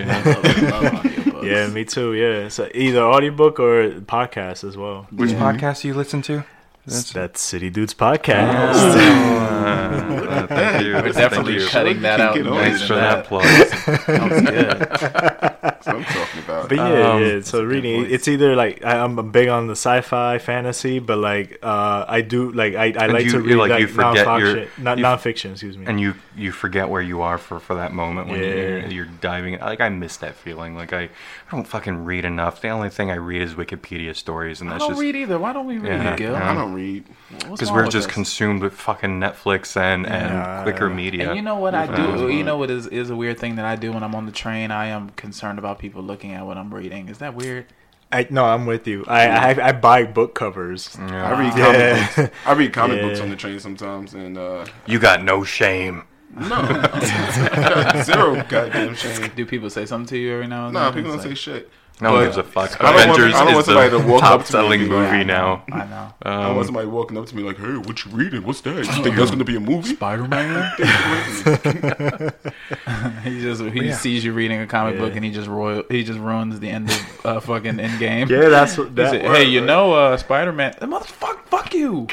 Speaker 11: Yeah. yeah, me too. Yeah. So either audiobook or podcast as well.
Speaker 8: Which
Speaker 9: Mm-hmm.
Speaker 8: podcast do you listen to?
Speaker 11: That's, City Dudes podcast.
Speaker 8: Ah, thank you.
Speaker 11: We're
Speaker 8: Thank
Speaker 11: definitely
Speaker 8: you.
Speaker 11: cutting that out and
Speaker 8: Thanks for
Speaker 11: leaving that.
Speaker 8: that plug.
Speaker 11: Sounds good. That's
Speaker 9: what I'm talking about.
Speaker 11: But yeah,
Speaker 8: Um,
Speaker 11: yeah. So reading, it's either like I, I'm big on the sci-fi, fantasy, but like uh, I do like I, I
Speaker 8: And
Speaker 11: like
Speaker 8: you-
Speaker 11: to
Speaker 8: you
Speaker 11: read
Speaker 8: like-
Speaker 11: like,
Speaker 8: you forget
Speaker 11: nonfiction,
Speaker 8: your-
Speaker 11: not
Speaker 8: you-
Speaker 11: nonfiction. Excuse me.
Speaker 8: and you you forget where you are for for that moment when
Speaker 11: Yeah.
Speaker 8: you're, you're diving like i miss that feeling like i i don't fucking read enough the only thing i read is wikipedia stories and
Speaker 10: I
Speaker 8: that's
Speaker 10: don't
Speaker 8: just
Speaker 10: read either. Why don't we read,
Speaker 8: Yeah,
Speaker 10: Gil?
Speaker 8: yeah. I don't
Speaker 9: read.
Speaker 10: What's
Speaker 8: because
Speaker 10: wrong
Speaker 8: we're
Speaker 10: with
Speaker 8: just
Speaker 10: us?
Speaker 8: consumed with fucking netflix and and quicker media
Speaker 10: And you know what I
Speaker 8: Um,
Speaker 10: do? You know what is is a weird thing that I do when I'm on the train. I am concerned about people looking at what I'm reading. Is that weird?
Speaker 11: I no, I'm with you. I I, I buy book covers.
Speaker 9: I read comic books. I read comic books on the train sometimes, and uh,
Speaker 8: you got no shame
Speaker 9: no, zero goddamn shame.
Speaker 10: Do people say something to you every now and
Speaker 9: Nah,
Speaker 10: then?
Speaker 9: people
Speaker 10: It's
Speaker 9: don't
Speaker 10: like-
Speaker 9: say shit.
Speaker 8: no one
Speaker 9: But
Speaker 8: gives a fuck
Speaker 9: I don't want-
Speaker 8: avengers
Speaker 9: I don't want
Speaker 8: is
Speaker 9: somebody to
Speaker 8: the
Speaker 9: walk up
Speaker 8: top
Speaker 9: to me
Speaker 8: selling
Speaker 9: and be like-
Speaker 8: movie now
Speaker 10: I know.
Speaker 9: I don't
Speaker 8: Um,
Speaker 9: want somebody walking up to me like, "Hey, what you reading? What's that? You think that's gonna be a movie?"
Speaker 10: Spider Man. he just he
Speaker 9: Yeah.
Speaker 10: sees you reading a comic
Speaker 11: Yeah.
Speaker 10: book and he just royal he just ruins the end of uh, fucking Endgame.
Speaker 11: Yeah, that's what-
Speaker 10: He
Speaker 11: that
Speaker 10: said,
Speaker 11: word,
Speaker 10: hey, you know, uh, Spider Man. Motherfuck, fuck you.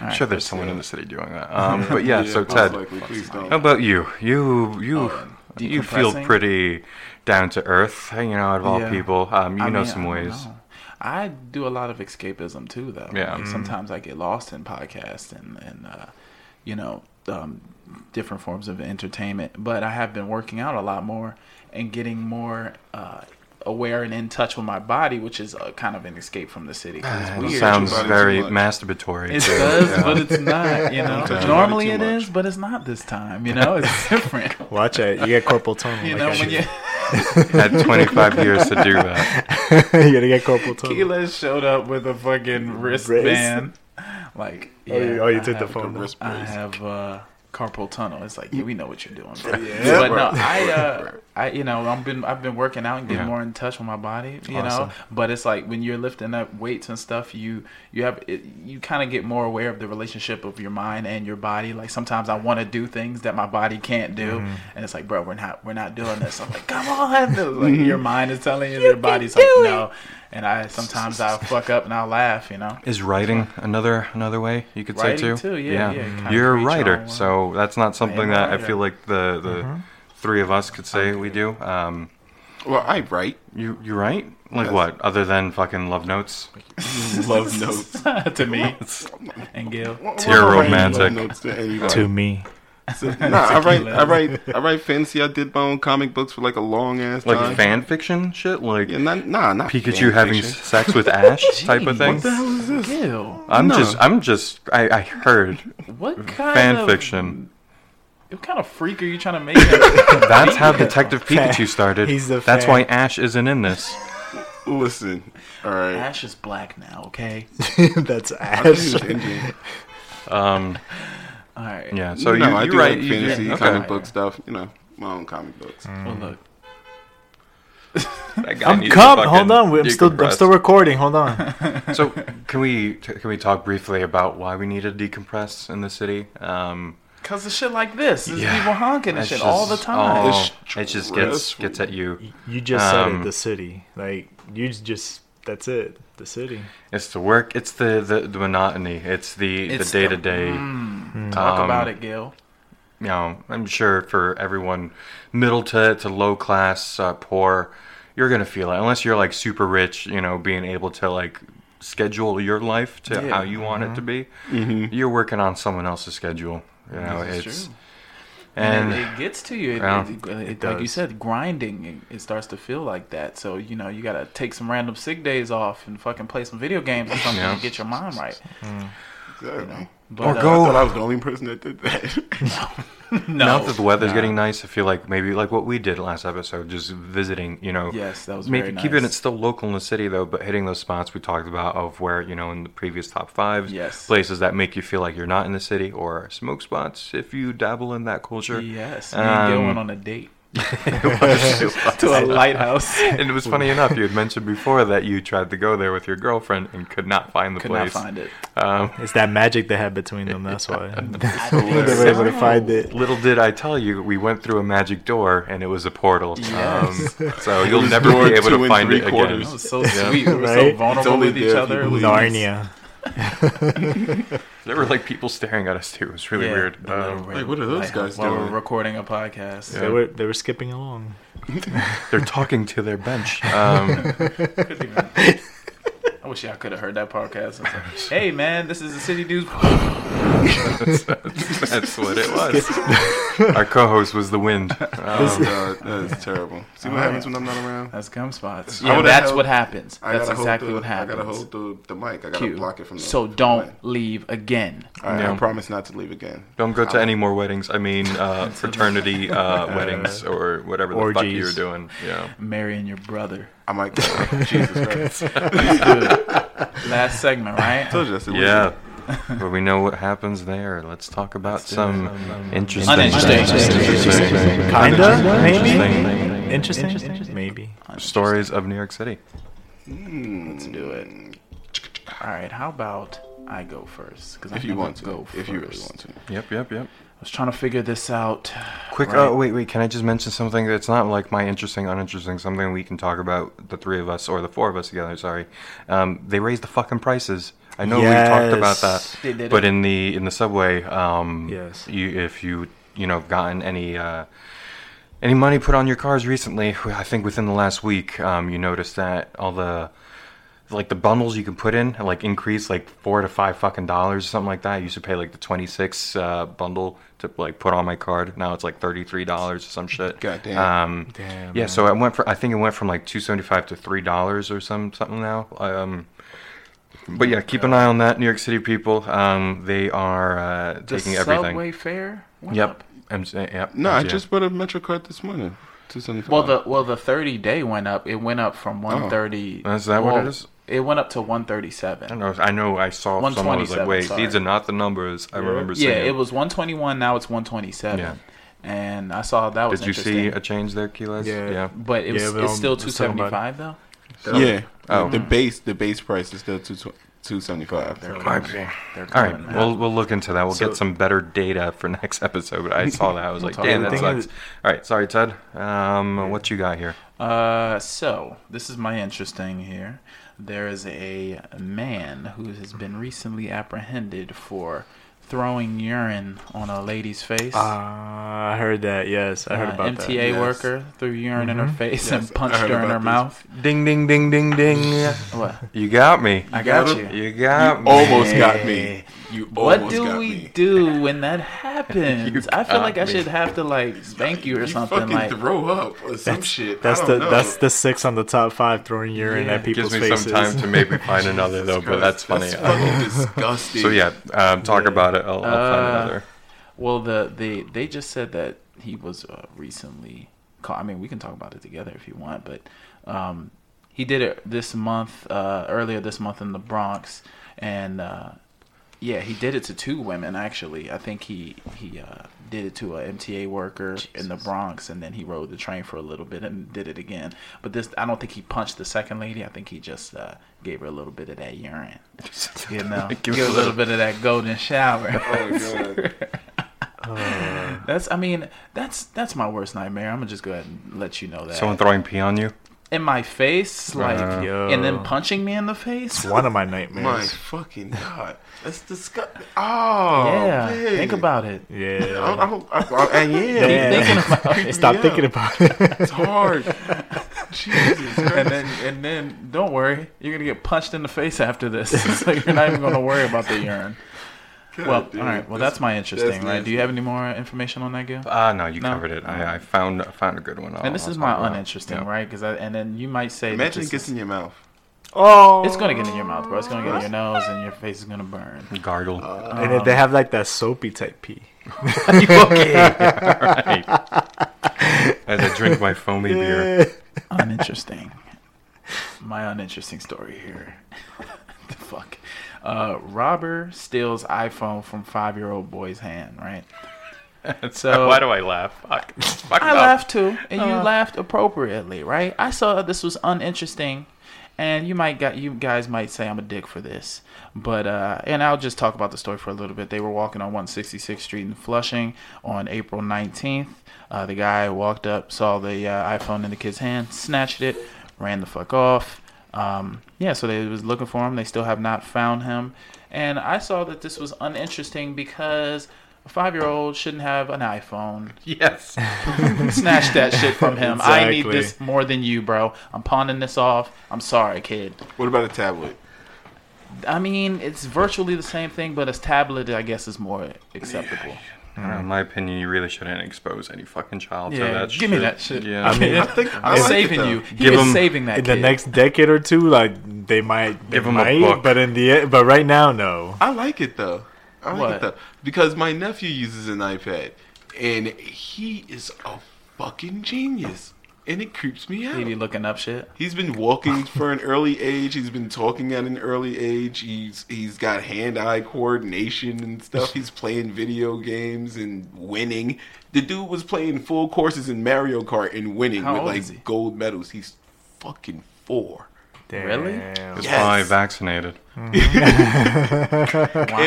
Speaker 8: I'm sure there's someone in the city doing that. Um, but yeah,
Speaker 9: Yeah,
Speaker 8: so
Speaker 9: most
Speaker 8: Ted,
Speaker 9: likely. Please don't.
Speaker 8: how about you? You you you feel
Speaker 10: decompressing?
Speaker 8: pretty down to earth, you know, out of all
Speaker 10: Yeah.
Speaker 8: people. Um, you
Speaker 10: I
Speaker 8: know
Speaker 10: mean,
Speaker 8: some
Speaker 10: I don't
Speaker 8: ways.
Speaker 10: know. I do a lot of escapism too, though.
Speaker 8: Yeah.
Speaker 10: Like,
Speaker 8: Mm.
Speaker 10: Sometimes I get lost in podcasts and and uh, you know um, different forms of entertainment. But I have been working out a lot more and getting more uh, aware and in touch with my body, which is uh kind of an escape from the city. 'cause it's
Speaker 8: That
Speaker 10: weird.
Speaker 8: sounds very masturbatory.
Speaker 10: It
Speaker 8: too,
Speaker 10: does,
Speaker 8: yeah.
Speaker 10: but it's not. You know,
Speaker 8: Don't touch your body
Speaker 10: normally
Speaker 8: too
Speaker 10: it is, but it's not this time. You know, it's different.
Speaker 11: Watch it. You get corporal tunnel.
Speaker 10: You
Speaker 11: like
Speaker 10: know,
Speaker 11: I
Speaker 10: when
Speaker 11: did.
Speaker 10: you-
Speaker 8: Had 25 years to do that.
Speaker 11: you gotta get corporal tunnel.
Speaker 10: Keela showed up with a fucking wristband. Like,
Speaker 11: Oh, you- oh, you
Speaker 10: I
Speaker 11: took the
Speaker 10: have-
Speaker 11: phone off.
Speaker 10: I have uh, carpal tunnel. It's like yeah, we know what you're doing, bro.
Speaker 11: Yeah.
Speaker 10: but no,
Speaker 11: Right.
Speaker 10: I, uh, I, you know, I've been I've been working out and getting
Speaker 11: Yeah.
Speaker 10: more in touch with my body, you
Speaker 11: Awesome.
Speaker 10: know. But it's like when you're lifting up weights and stuff, you you have it, you kind of get more aware of the relationship of your mind and your body. Like sometimes I want to do things that my body can't do,
Speaker 11: Mhm.
Speaker 10: and it's like, bro, we're not we're not doing this. I'm like, come on, It's like
Speaker 11: Mhm.
Speaker 10: your mind is telling you, your body's like, no. And I sometimes I fuck up and I laugh, you know.
Speaker 8: Is writing another another way you could say
Speaker 10: Writing
Speaker 8: too?
Speaker 10: too, yeah, yeah,
Speaker 8: You're a
Speaker 10: kinda create your
Speaker 8: writer,
Speaker 10: own,
Speaker 8: so that's not something that I
Speaker 10: writer.
Speaker 8: feel like the the
Speaker 10: Mhm.
Speaker 8: three of us could say we do. Um,
Speaker 9: well, I write.
Speaker 8: You you write like
Speaker 9: Yes.
Speaker 8: what other than fucking love notes?
Speaker 9: Love notes.
Speaker 10: to me and Gil.
Speaker 8: To your romantic.
Speaker 11: To me.
Speaker 9: So, nah, I write, I write, I write fantasy. I did my own comic books for like a long ass
Speaker 8: Like
Speaker 9: time.
Speaker 8: fan fiction shit, like
Speaker 9: yeah, not, nah, not
Speaker 8: Pikachu
Speaker 9: fan
Speaker 8: having
Speaker 9: fiction.
Speaker 8: sex with Ash type of thing.
Speaker 9: What the hell is this?
Speaker 10: Gil.
Speaker 8: I'm
Speaker 9: No.
Speaker 8: just I'm just I, I heard
Speaker 10: What kind
Speaker 8: fan
Speaker 10: of-
Speaker 8: fiction.
Speaker 10: What kind of freak are you trying to make? him?
Speaker 8: That's how
Speaker 10: Beat him.
Speaker 8: Detective Pikachu started.
Speaker 10: He's the
Speaker 8: That's
Speaker 10: fan.
Speaker 8: why Ash isn't in this.
Speaker 9: Listen, all right.
Speaker 10: Ash is black now, okay?
Speaker 11: That's
Speaker 9: I thought he was Indian.
Speaker 8: Um.
Speaker 10: All right.
Speaker 8: Yeah. So
Speaker 9: no,
Speaker 8: you,
Speaker 9: I
Speaker 8: you
Speaker 9: do
Speaker 8: write
Speaker 9: like
Speaker 8: you do-
Speaker 9: fantasy
Speaker 8: okay.
Speaker 9: comic book stuff. You know, my own comic books.
Speaker 8: Mm.
Speaker 10: Well, look.
Speaker 8: That guy
Speaker 11: I'm
Speaker 8: needs to
Speaker 11: come.
Speaker 8: fucking
Speaker 11: Hold on. I'm still. I'm
Speaker 8: decompress.
Speaker 11: still recording. Hold on.
Speaker 8: so can we t- can we talk briefly about why we need to decompress in the city? Um,
Speaker 10: Because of shit like this. There's
Speaker 8: Yeah.
Speaker 10: people honking and
Speaker 8: It's
Speaker 10: shit all the
Speaker 8: just-
Speaker 10: time.
Speaker 8: oh, it just gets gets at you.
Speaker 11: You just said it.
Speaker 8: Um,
Speaker 11: The city. Like you just. That's it. The city.
Speaker 8: It's the work. It's the the, the monotony. It's the
Speaker 10: It's
Speaker 8: the day
Speaker 10: the-
Speaker 8: to day.
Speaker 10: Mm. Talk
Speaker 8: um,
Speaker 10: about it, Gil.
Speaker 8: You know, I'm sure for everyone, middle to to low class, uh, poor, you're gonna feel it. Unless you're like super rich, you know, being able to like schedule your life to
Speaker 10: Yeah. Mm-hmm.
Speaker 8: how you want it to be. You're working on someone else's schedule. You know,
Speaker 10: This is
Speaker 8: it's
Speaker 10: true.
Speaker 8: and
Speaker 10: it gets to you. It,
Speaker 8: Yeah.
Speaker 10: it- it-
Speaker 8: It
Speaker 10: like you
Speaker 8: does.
Speaker 10: said, grinding, it, it starts to feel like that. So, you know, you got to take some random sick days off and fucking play some video games or something
Speaker 8: Yeah.
Speaker 10: to get your mind right.
Speaker 9: Exactly.
Speaker 10: But,
Speaker 8: Or
Speaker 10: uh,
Speaker 8: go-
Speaker 9: I thought I was the only person that did that.
Speaker 8: Now that the weather's
Speaker 10: Nah.
Speaker 8: getting nice, I feel like maybe like what we did last episode, just visiting, you know.
Speaker 10: Yes, that was very
Speaker 8: Keeping
Speaker 10: nice.
Speaker 8: it still local in the city though, but hitting those spots we talked about of where you know in the previous top fives,
Speaker 10: Yes.
Speaker 8: places that make you feel like you're not in the city or smoke spots if you dabble in Um, that culture.
Speaker 10: Yes, me and Gil went on a date.
Speaker 8: It was- it was.
Speaker 10: To a lighthouse.
Speaker 8: and it was funny enough. You had mentioned before that you tried to go there with your girlfriend and could not find the
Speaker 10: Could not
Speaker 8: place.
Speaker 10: find it.
Speaker 8: Um,
Speaker 11: It's that magic they had between them. That's why. they
Speaker 8: Hilarious.
Speaker 11: were able to find it.
Speaker 8: Little did I tell you, we went through a magic door and it was a portal.
Speaker 10: Yes.
Speaker 8: Um, so
Speaker 9: It
Speaker 8: you'll
Speaker 9: was
Speaker 8: never
Speaker 9: door
Speaker 8: be able
Speaker 9: two
Speaker 8: to
Speaker 9: and
Speaker 8: find
Speaker 9: three
Speaker 8: it again.
Speaker 9: quarters.
Speaker 10: That was so sweet. We were so
Speaker 11: Right?
Speaker 9: It's
Speaker 10: vulnerable
Speaker 9: only
Speaker 10: with each
Speaker 9: there if
Speaker 10: other.
Speaker 9: you
Speaker 10: It was
Speaker 9: believe.
Speaker 11: Narnia.
Speaker 8: There were like people staring at us too. It was really
Speaker 10: Yeah.
Speaker 8: weird.
Speaker 10: The little
Speaker 8: Um,
Speaker 10: red lighthouse while We're recording a podcast.
Speaker 11: They were. They were skipping along.
Speaker 8: They're talking to their bench. Um,
Speaker 10: Couldn't even- I wish y'all could have heard that podcast. I was like, hey man, this is the City Dudes.
Speaker 8: that's what it was. Our co-host was the wind.
Speaker 9: Oh
Speaker 8: Um,
Speaker 9: god, that is terrible. See what
Speaker 10: All
Speaker 9: happens
Speaker 10: right.
Speaker 9: when I'm not around.
Speaker 10: That's cum spots.
Speaker 9: I
Speaker 10: Yeah,
Speaker 9: woulda
Speaker 10: that's
Speaker 9: held-
Speaker 10: what happens.
Speaker 9: I
Speaker 10: That's
Speaker 9: gotta hold
Speaker 10: exactly
Speaker 9: the-
Speaker 10: what happens.
Speaker 9: I gotta hold the, the mic. I gotta
Speaker 10: Cue.
Speaker 9: block it from the. Uh,
Speaker 10: So don't leave again.
Speaker 9: All right,
Speaker 8: Yeah.
Speaker 9: I promise not to leave again.
Speaker 8: don't go to any more weddings. I mean, uh, fraternity uh, weddings or whatever the fuck
Speaker 11: orgies.
Speaker 8: you're doing. Yeah.
Speaker 10: Marrying your brother.
Speaker 9: I might go. Jesus Christ.
Speaker 10: Dude, last segment, right?
Speaker 9: Told you that's the
Speaker 8: Yeah. but we know what happens there. Let's talk about some interesting,
Speaker 10: Uninteresting.
Speaker 8: interesting-
Speaker 11: Kinda.
Speaker 8: interesting
Speaker 11: Maybe. Interesting. Maybe.
Speaker 8: stories of New York City.
Speaker 10: Let's do
Speaker 9: Mm.
Speaker 10: it. All right, how about I go first? Because
Speaker 9: If you want to. If you really want to.
Speaker 8: Yep, yep, yep.
Speaker 10: I was trying to figure this out.
Speaker 8: Quick,
Speaker 10: right?
Speaker 8: oh wait, wait. Can I just mention something that's not like my interesting, uninteresting? Something we can talk about the three of us or the four of us together. Sorry, um, they raised the fucking prices. I know we talked
Speaker 11: Yes.
Speaker 8: about that,
Speaker 10: They did
Speaker 8: but
Speaker 10: it.
Speaker 8: in the in the subway, um,
Speaker 11: Yes.
Speaker 8: you, if you you know gotten any uh, any money put on your cars recently, I think within the last week, um, you noticed that all the like the bundles you can put in like increase like four to five fucking dollars or something like that. I used to pay like the twenty six uh, bundle to like put on my card. Now it's like thirty three dollars or some shit.
Speaker 9: God damn.
Speaker 8: Um,
Speaker 11: Damn,
Speaker 8: yeah, so I went for I think it went from like two seventy five to three dollars or some something now. Um, but yeah, keep an eye on that, New York City people. Um, they are uh,
Speaker 10: the
Speaker 8: taking everything.
Speaker 10: subway fare. went
Speaker 8: Yep.
Speaker 10: up.
Speaker 8: I'm saying yep.
Speaker 9: No, I
Speaker 8: yeah.
Speaker 9: just bought a MetroCard this morning. Two seventy five.
Speaker 10: Well, the well the thirty day went up. It went up from one thirty.
Speaker 8: Oh. Is that what it is?
Speaker 10: It went up to 137.
Speaker 8: I know. I know. I saw someone was like,
Speaker 10: 127,
Speaker 8: "Wait,
Speaker 10: sorry.
Speaker 8: these are not the numbers." I remember
Speaker 10: Yeah,
Speaker 8: seeing.
Speaker 10: it was 121. Now it's 127.
Speaker 8: Yeah.
Speaker 10: And I saw that was
Speaker 8: Did you
Speaker 10: interesting.
Speaker 8: see a change there, Keyless?
Speaker 10: Yeah. But it was- Yeah, but it's I'm- still let's talk about- 275 though?
Speaker 9: Yeah.
Speaker 8: Oh.
Speaker 9: The base the base price is still two two seventy five.
Speaker 8: Might be. All right, we'll we'll look into that. We'll
Speaker 9: So-
Speaker 8: get some better data for next episode. I saw that. I was
Speaker 10: We'll
Speaker 8: like,
Speaker 10: talk
Speaker 8: "Damn,
Speaker 10: about
Speaker 8: that
Speaker 10: it.
Speaker 8: sucks." All right, sorry, Ted. Um, what you got here?
Speaker 10: Uh, so this is my interesting here. There is a man who has been recently apprehended for throwing urine on a lady's face.
Speaker 11: Ah, I heard that. Yes, I heard
Speaker 10: Uh,
Speaker 11: about that.
Speaker 10: MTA worker threw urine in her
Speaker 11: Mhm.
Speaker 10: face
Speaker 11: Yes,
Speaker 10: and punched
Speaker 11: I heard
Speaker 10: her in
Speaker 11: about
Speaker 10: her
Speaker 11: this.
Speaker 10: mouth.
Speaker 8: Ding, ding, ding, ding, ding.
Speaker 10: What?
Speaker 8: You got me.
Speaker 10: I got you.
Speaker 8: You got
Speaker 10: You
Speaker 8: me.
Speaker 10: almost got me.
Speaker 9: You
Speaker 10: What do we do when that happens? I feel
Speaker 9: got
Speaker 10: like I
Speaker 9: me.
Speaker 10: should have to like spank you or something.
Speaker 9: fucking
Speaker 10: like
Speaker 9: throw up or some shit.
Speaker 11: That's
Speaker 9: I don't
Speaker 11: the
Speaker 9: know.
Speaker 11: that's the six on the top five throwing urine at people's
Speaker 8: Gives me
Speaker 11: faces.
Speaker 8: some time to maybe find another though, but that's funny.
Speaker 11: That's
Speaker 8: I will-
Speaker 11: fucking disgusting.
Speaker 8: So yeah, um, talk about it. I'll, I'll find
Speaker 10: Uh,
Speaker 8: another.
Speaker 10: Well, the they they just said that he was uh, recently caught. I mean, we can talk about it together if you want, but um, he did it this month, uh, earlier this month in the Bronx, and uh, yeah, he did it to two women actually. I think he he uh, did it to a MTA worker in the Bronx, and then he rode the train for a little bit and did it again. But this, I don't think he punched the second lady. I think he just uh, gave her a little bit of that urine. You know,
Speaker 6: Give
Speaker 10: give
Speaker 6: her
Speaker 10: her
Speaker 6: a
Speaker 10: a little bit of that golden shower.
Speaker 9: Oh,
Speaker 10: that's I mean that's that's my worst nightmare. I'm gonna just go ahead and let you know that
Speaker 8: Someone throwing pee on you.
Speaker 10: in my face, like,
Speaker 8: Uh, Yo.
Speaker 10: and then punching me in the face.
Speaker 11: It's one of my nightmares.
Speaker 9: My fucking god, that's disgusting. Oh
Speaker 10: yeah,
Speaker 9: man.
Speaker 10: think about it.
Speaker 11: Yeah,
Speaker 9: I, I, I, I, yeah.
Speaker 10: Keep thinking about it.
Speaker 11: Stop thinking about it.
Speaker 9: It's hard. Jesus.
Speaker 10: and then and then don't worry, you're gonna get punched in the face after this. so you're not even gonna worry about the urine.
Speaker 9: God
Speaker 10: well,
Speaker 9: damn,
Speaker 10: all right. Well,
Speaker 9: that's-
Speaker 10: that's, my interesting,
Speaker 9: that's
Speaker 10: right? Do you have any more information on that, Gil?
Speaker 11: Uh,
Speaker 8: Ah, no, you covered it. I, I found I found a good one.
Speaker 10: and this
Speaker 8: I'll
Speaker 10: is
Speaker 8: talk
Speaker 10: my
Speaker 8: about.
Speaker 10: uninteresting, right? Because and then you might say, that
Speaker 9: Imagine
Speaker 10: this
Speaker 9: it gets
Speaker 10: is-
Speaker 9: in your mouth.
Speaker 11: Oh,
Speaker 10: it's gonna get in your mouth, bro. It's gonna get in your nose, and your face is gonna burn.
Speaker 8: Gargle.
Speaker 10: Uh.
Speaker 11: and if they have like that soapy type pee.
Speaker 10: You okay?
Speaker 8: As I drink my foamy beer.
Speaker 10: Uninteresting. My uninteresting story here. the fuck. Uh, robber steals iPhone from five-year-old boy's hand. Right. So-
Speaker 8: why do I laugh? Fuck. Fuck
Speaker 10: I
Speaker 8: it up.
Speaker 10: laughed too, and you
Speaker 8: Uh.
Speaker 10: laughed appropriately, right? I saw that this was uninteresting, and you might got you guys might say I'm a dick for this, but uh, and I'll just talk about the story for a little bit. They were walking on 166th Street in Flushing on April 19th. Uh, the guy walked up, saw the uh, iPhone in the kid's hand, snatched it, ran the fuck off. Um, yeah, so they was looking for him. They still have not found him, and I saw that this was uninteresting because a five-year-old shouldn't have an iPhone.
Speaker 8: Yes.
Speaker 10: Snatch that shit from him. I need
Speaker 11: Exactly.
Speaker 10: this more than you, bro. I'm pawning this off. I'm sorry, kid.
Speaker 9: What about a tablet?
Speaker 10: I mean, it's virtually the same thing, but a tablet, I guess, is more acceptable.
Speaker 8: I don't know, in my opinion, you really shouldn't expose any fucking child to
Speaker 10: Yeah,
Speaker 8: that.
Speaker 10: give me that shit.
Speaker 8: Yeah,
Speaker 10: I mean, I think- I I'm like it, saving though. you. He is
Speaker 8: him-
Speaker 10: saving that
Speaker 11: in the
Speaker 10: kid.
Speaker 11: next decade or two, like they might they
Speaker 8: Give 'em a
Speaker 11: might,
Speaker 8: book.
Speaker 11: but in the end, but right now, no.
Speaker 9: I like it though. I like
Speaker 10: What?
Speaker 9: it though because my nephew uses an iPad, and he is a fucking genius, and it creeps me out.
Speaker 10: He be looking up shit.
Speaker 9: He's been walking for an early age. He's been talking at an early age. He's he's got hand-eye coordination and stuff. He's playing video games and winning. The dude was playing full courses in Mario Kart and winning
Speaker 10: How
Speaker 9: with
Speaker 10: old
Speaker 9: like
Speaker 10: is he?
Speaker 9: gold medals. He's fucking four.
Speaker 10: Really?
Speaker 8: It's
Speaker 9: Yes.
Speaker 8: probably vaccinated.
Speaker 9: and,